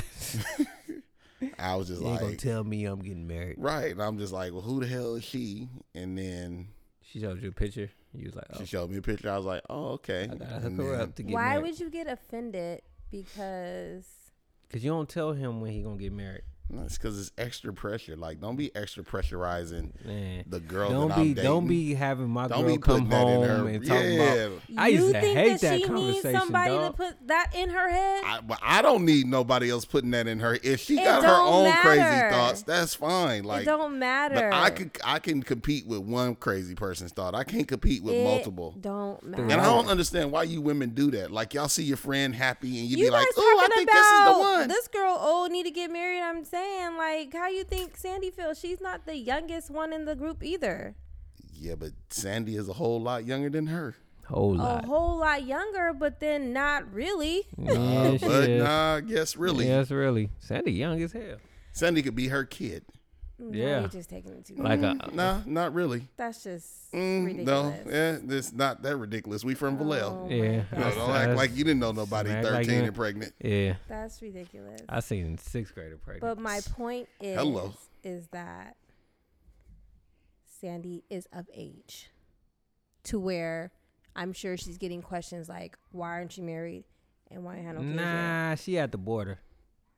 I was just
you ain't gonna
like,
tell me I'm getting married.
Right. And I'm just like, well, who the hell is she? And then
She showed you a picture. You was like, oh,
she showed me a picture. I was like, oh, okay.
I gotta hook
And
her
then-
up to get
Why
married.
would you get offended? Because
Cause you don't tell him when he gonna get married,
No, it's because it's extra pressure. Like, don't be extra pressurizing
man.
the girl
don't
that
be
I'm dating.
don't be having my
Don't
girl
be
come
putting that in her.
home and talk
yeah.
about. I
you
used to
think
hate that
she needs
conversation,
somebody
dog.
to put that in her head.
I, but I don't need nobody else putting that in her. If she
It
got her
don't
own
matter.
crazy thoughts, that's fine. Like
it don't matter.
the- I could I can compete with one crazy person's thought. I can't compete with
It
multiple.
Don't matter.
And I don't understand why you women do that. Like y'all see your friend happy and you,
you
be like,
guys
"Oh, I
talking
think
about
this is the one."
this girl old need to get married. I'm saying like, how you think Sandy feels? She's not the youngest one in the group either.
Yeah, but Sandy is a whole lot younger than her.
Oh,
Whole lot.
A whole lot younger, but then not really.
Yeah, she
But
is.
nah, I guess really,
Yes, really. Sandy young as hell.
Sandy could be her kid.
No,
Yeah.
you're just taking it too. far.
Like uh, a
Mm, Nah, not really.
That's just
Mm, no,
ridiculous.
yeah, it's not that ridiculous. We from Vallejo.
Oh my
yeah.
No, don't act like you didn't know nobody
Act like
13
you-
and pregnant.
Yeah,
That's ridiculous.
I seen sixth grader pregnant.
But my point is,
Hello.
is that Sandy is of age to where I'm sure she's getting questions like, "Why aren't you married?" and "Why ain't had no kids?" yet?"
nah, she at the border.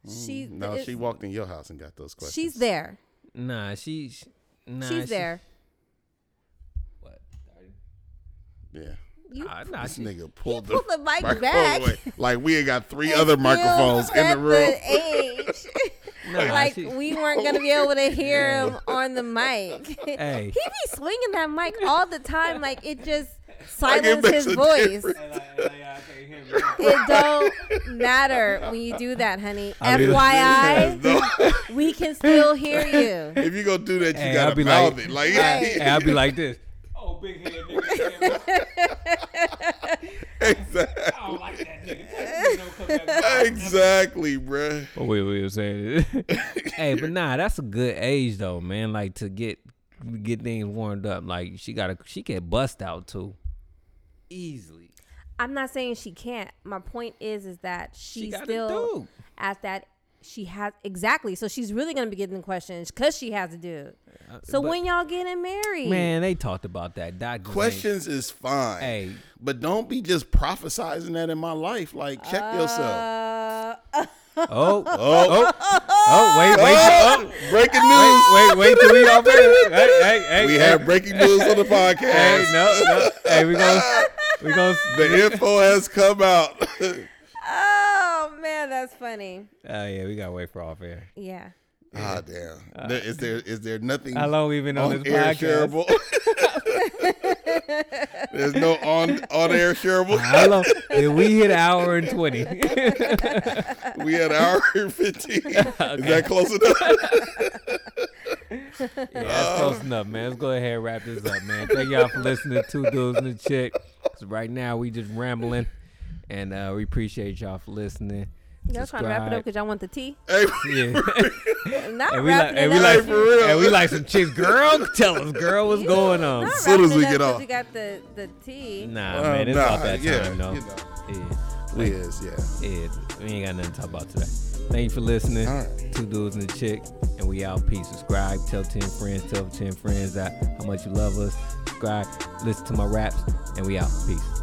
She
Mm, No,
it's-
she walked in your house and got those questions.
she's there.
Nah, she. sh- Nah,
she's
she-
there.
What?
Yeah.
You
Nah, nah,
This
she,
nigga pulled the
pull the mic
microphone
back.
away. Like we ain't got three
and
other
still
microphones in the
set
room.
age.
nah,
like
she-
we weren't gonna be able to hear him on the mic.
Hey.
he be swinging that mic all the time, like it just
it
silenced
makes
his
a
voice.
difference.
It don't matter when you do that, honey.
I mean-
FYI,
No,
we can still hear you.
if you gonna do that, you
Hey, I'll
gotta
be
mouth
like-
it. Like,
Hey.
Hey, I'll be like this.
Oh, big head nigga.
exactly,
I don't like that nigga. That nigga don't come back.
exactly, bruh.
Oh, wait, wait, saying hey, but nah, that's a good age though, man. Like to get get things warmed up. Like she got to she can bust out too. Easily.
I'm not saying she can't. My point is, is that she's
gotta
still
do.
at that. She has exactly, so she's really gonna be getting questions because she has a dude. So
but-
when y'all getting married?
Man, they talked about that. Doc just ain't-
Questions is fine,
Hey.
but don't be just prophesizing that in my life. Like, check yourself.
Uh,
Oh, oh, oh, oh, wait, wait, oh,
Breaking news.
wait, wait till we off air. Hey, hey, hey.
We
hey,
have breaking news on the
Hey,
podcast.
no, no. Hey, we gonna we gonna.
The info has come out.
oh man, that's funny.
Oh yeah, we gotta wait for off air.
Yeah.
Ah, damn. There, is there is there nothing
Uh, How long we been on,
on
this
air
podcast?
shareable? There's no on on air shareable.
How long? Did we hit an hour and twenty?
We had an hour and fifteen. Is that close enough?
Yeah, that's
Oh.
close enough, man. Let's go ahead and wrap this up, man. Thank y'all for listening to Two Dudes and a Chick. 'Cause right now we just rambling, and uh, we appreciate y'all for listening.
Y'all trying to wrap it up because y'all want the tea?
hey,
Yeah,
Not
and we like,
wrapping
and we
it
like,
up.
for real.
and we like some chicks. Girl, tell us, girl, what's going on?
Not
soon as
wrapping
we get
it up 'cause
off.
You got the, the tea.
Nah,
Um,
man, it's
nah,
about that
yeah,
time, though.
you know.
Yeah,
is yeah.
yeah, yeah, we ain't got nothing to talk about today. Thank you for listening.
All right.
Two Dudes and a Chick, and we out. Peace. Subscribe. Tell ten friends. Tell ten friends that how much you love us. Subscribe. Listen to my raps, and we out. Peace.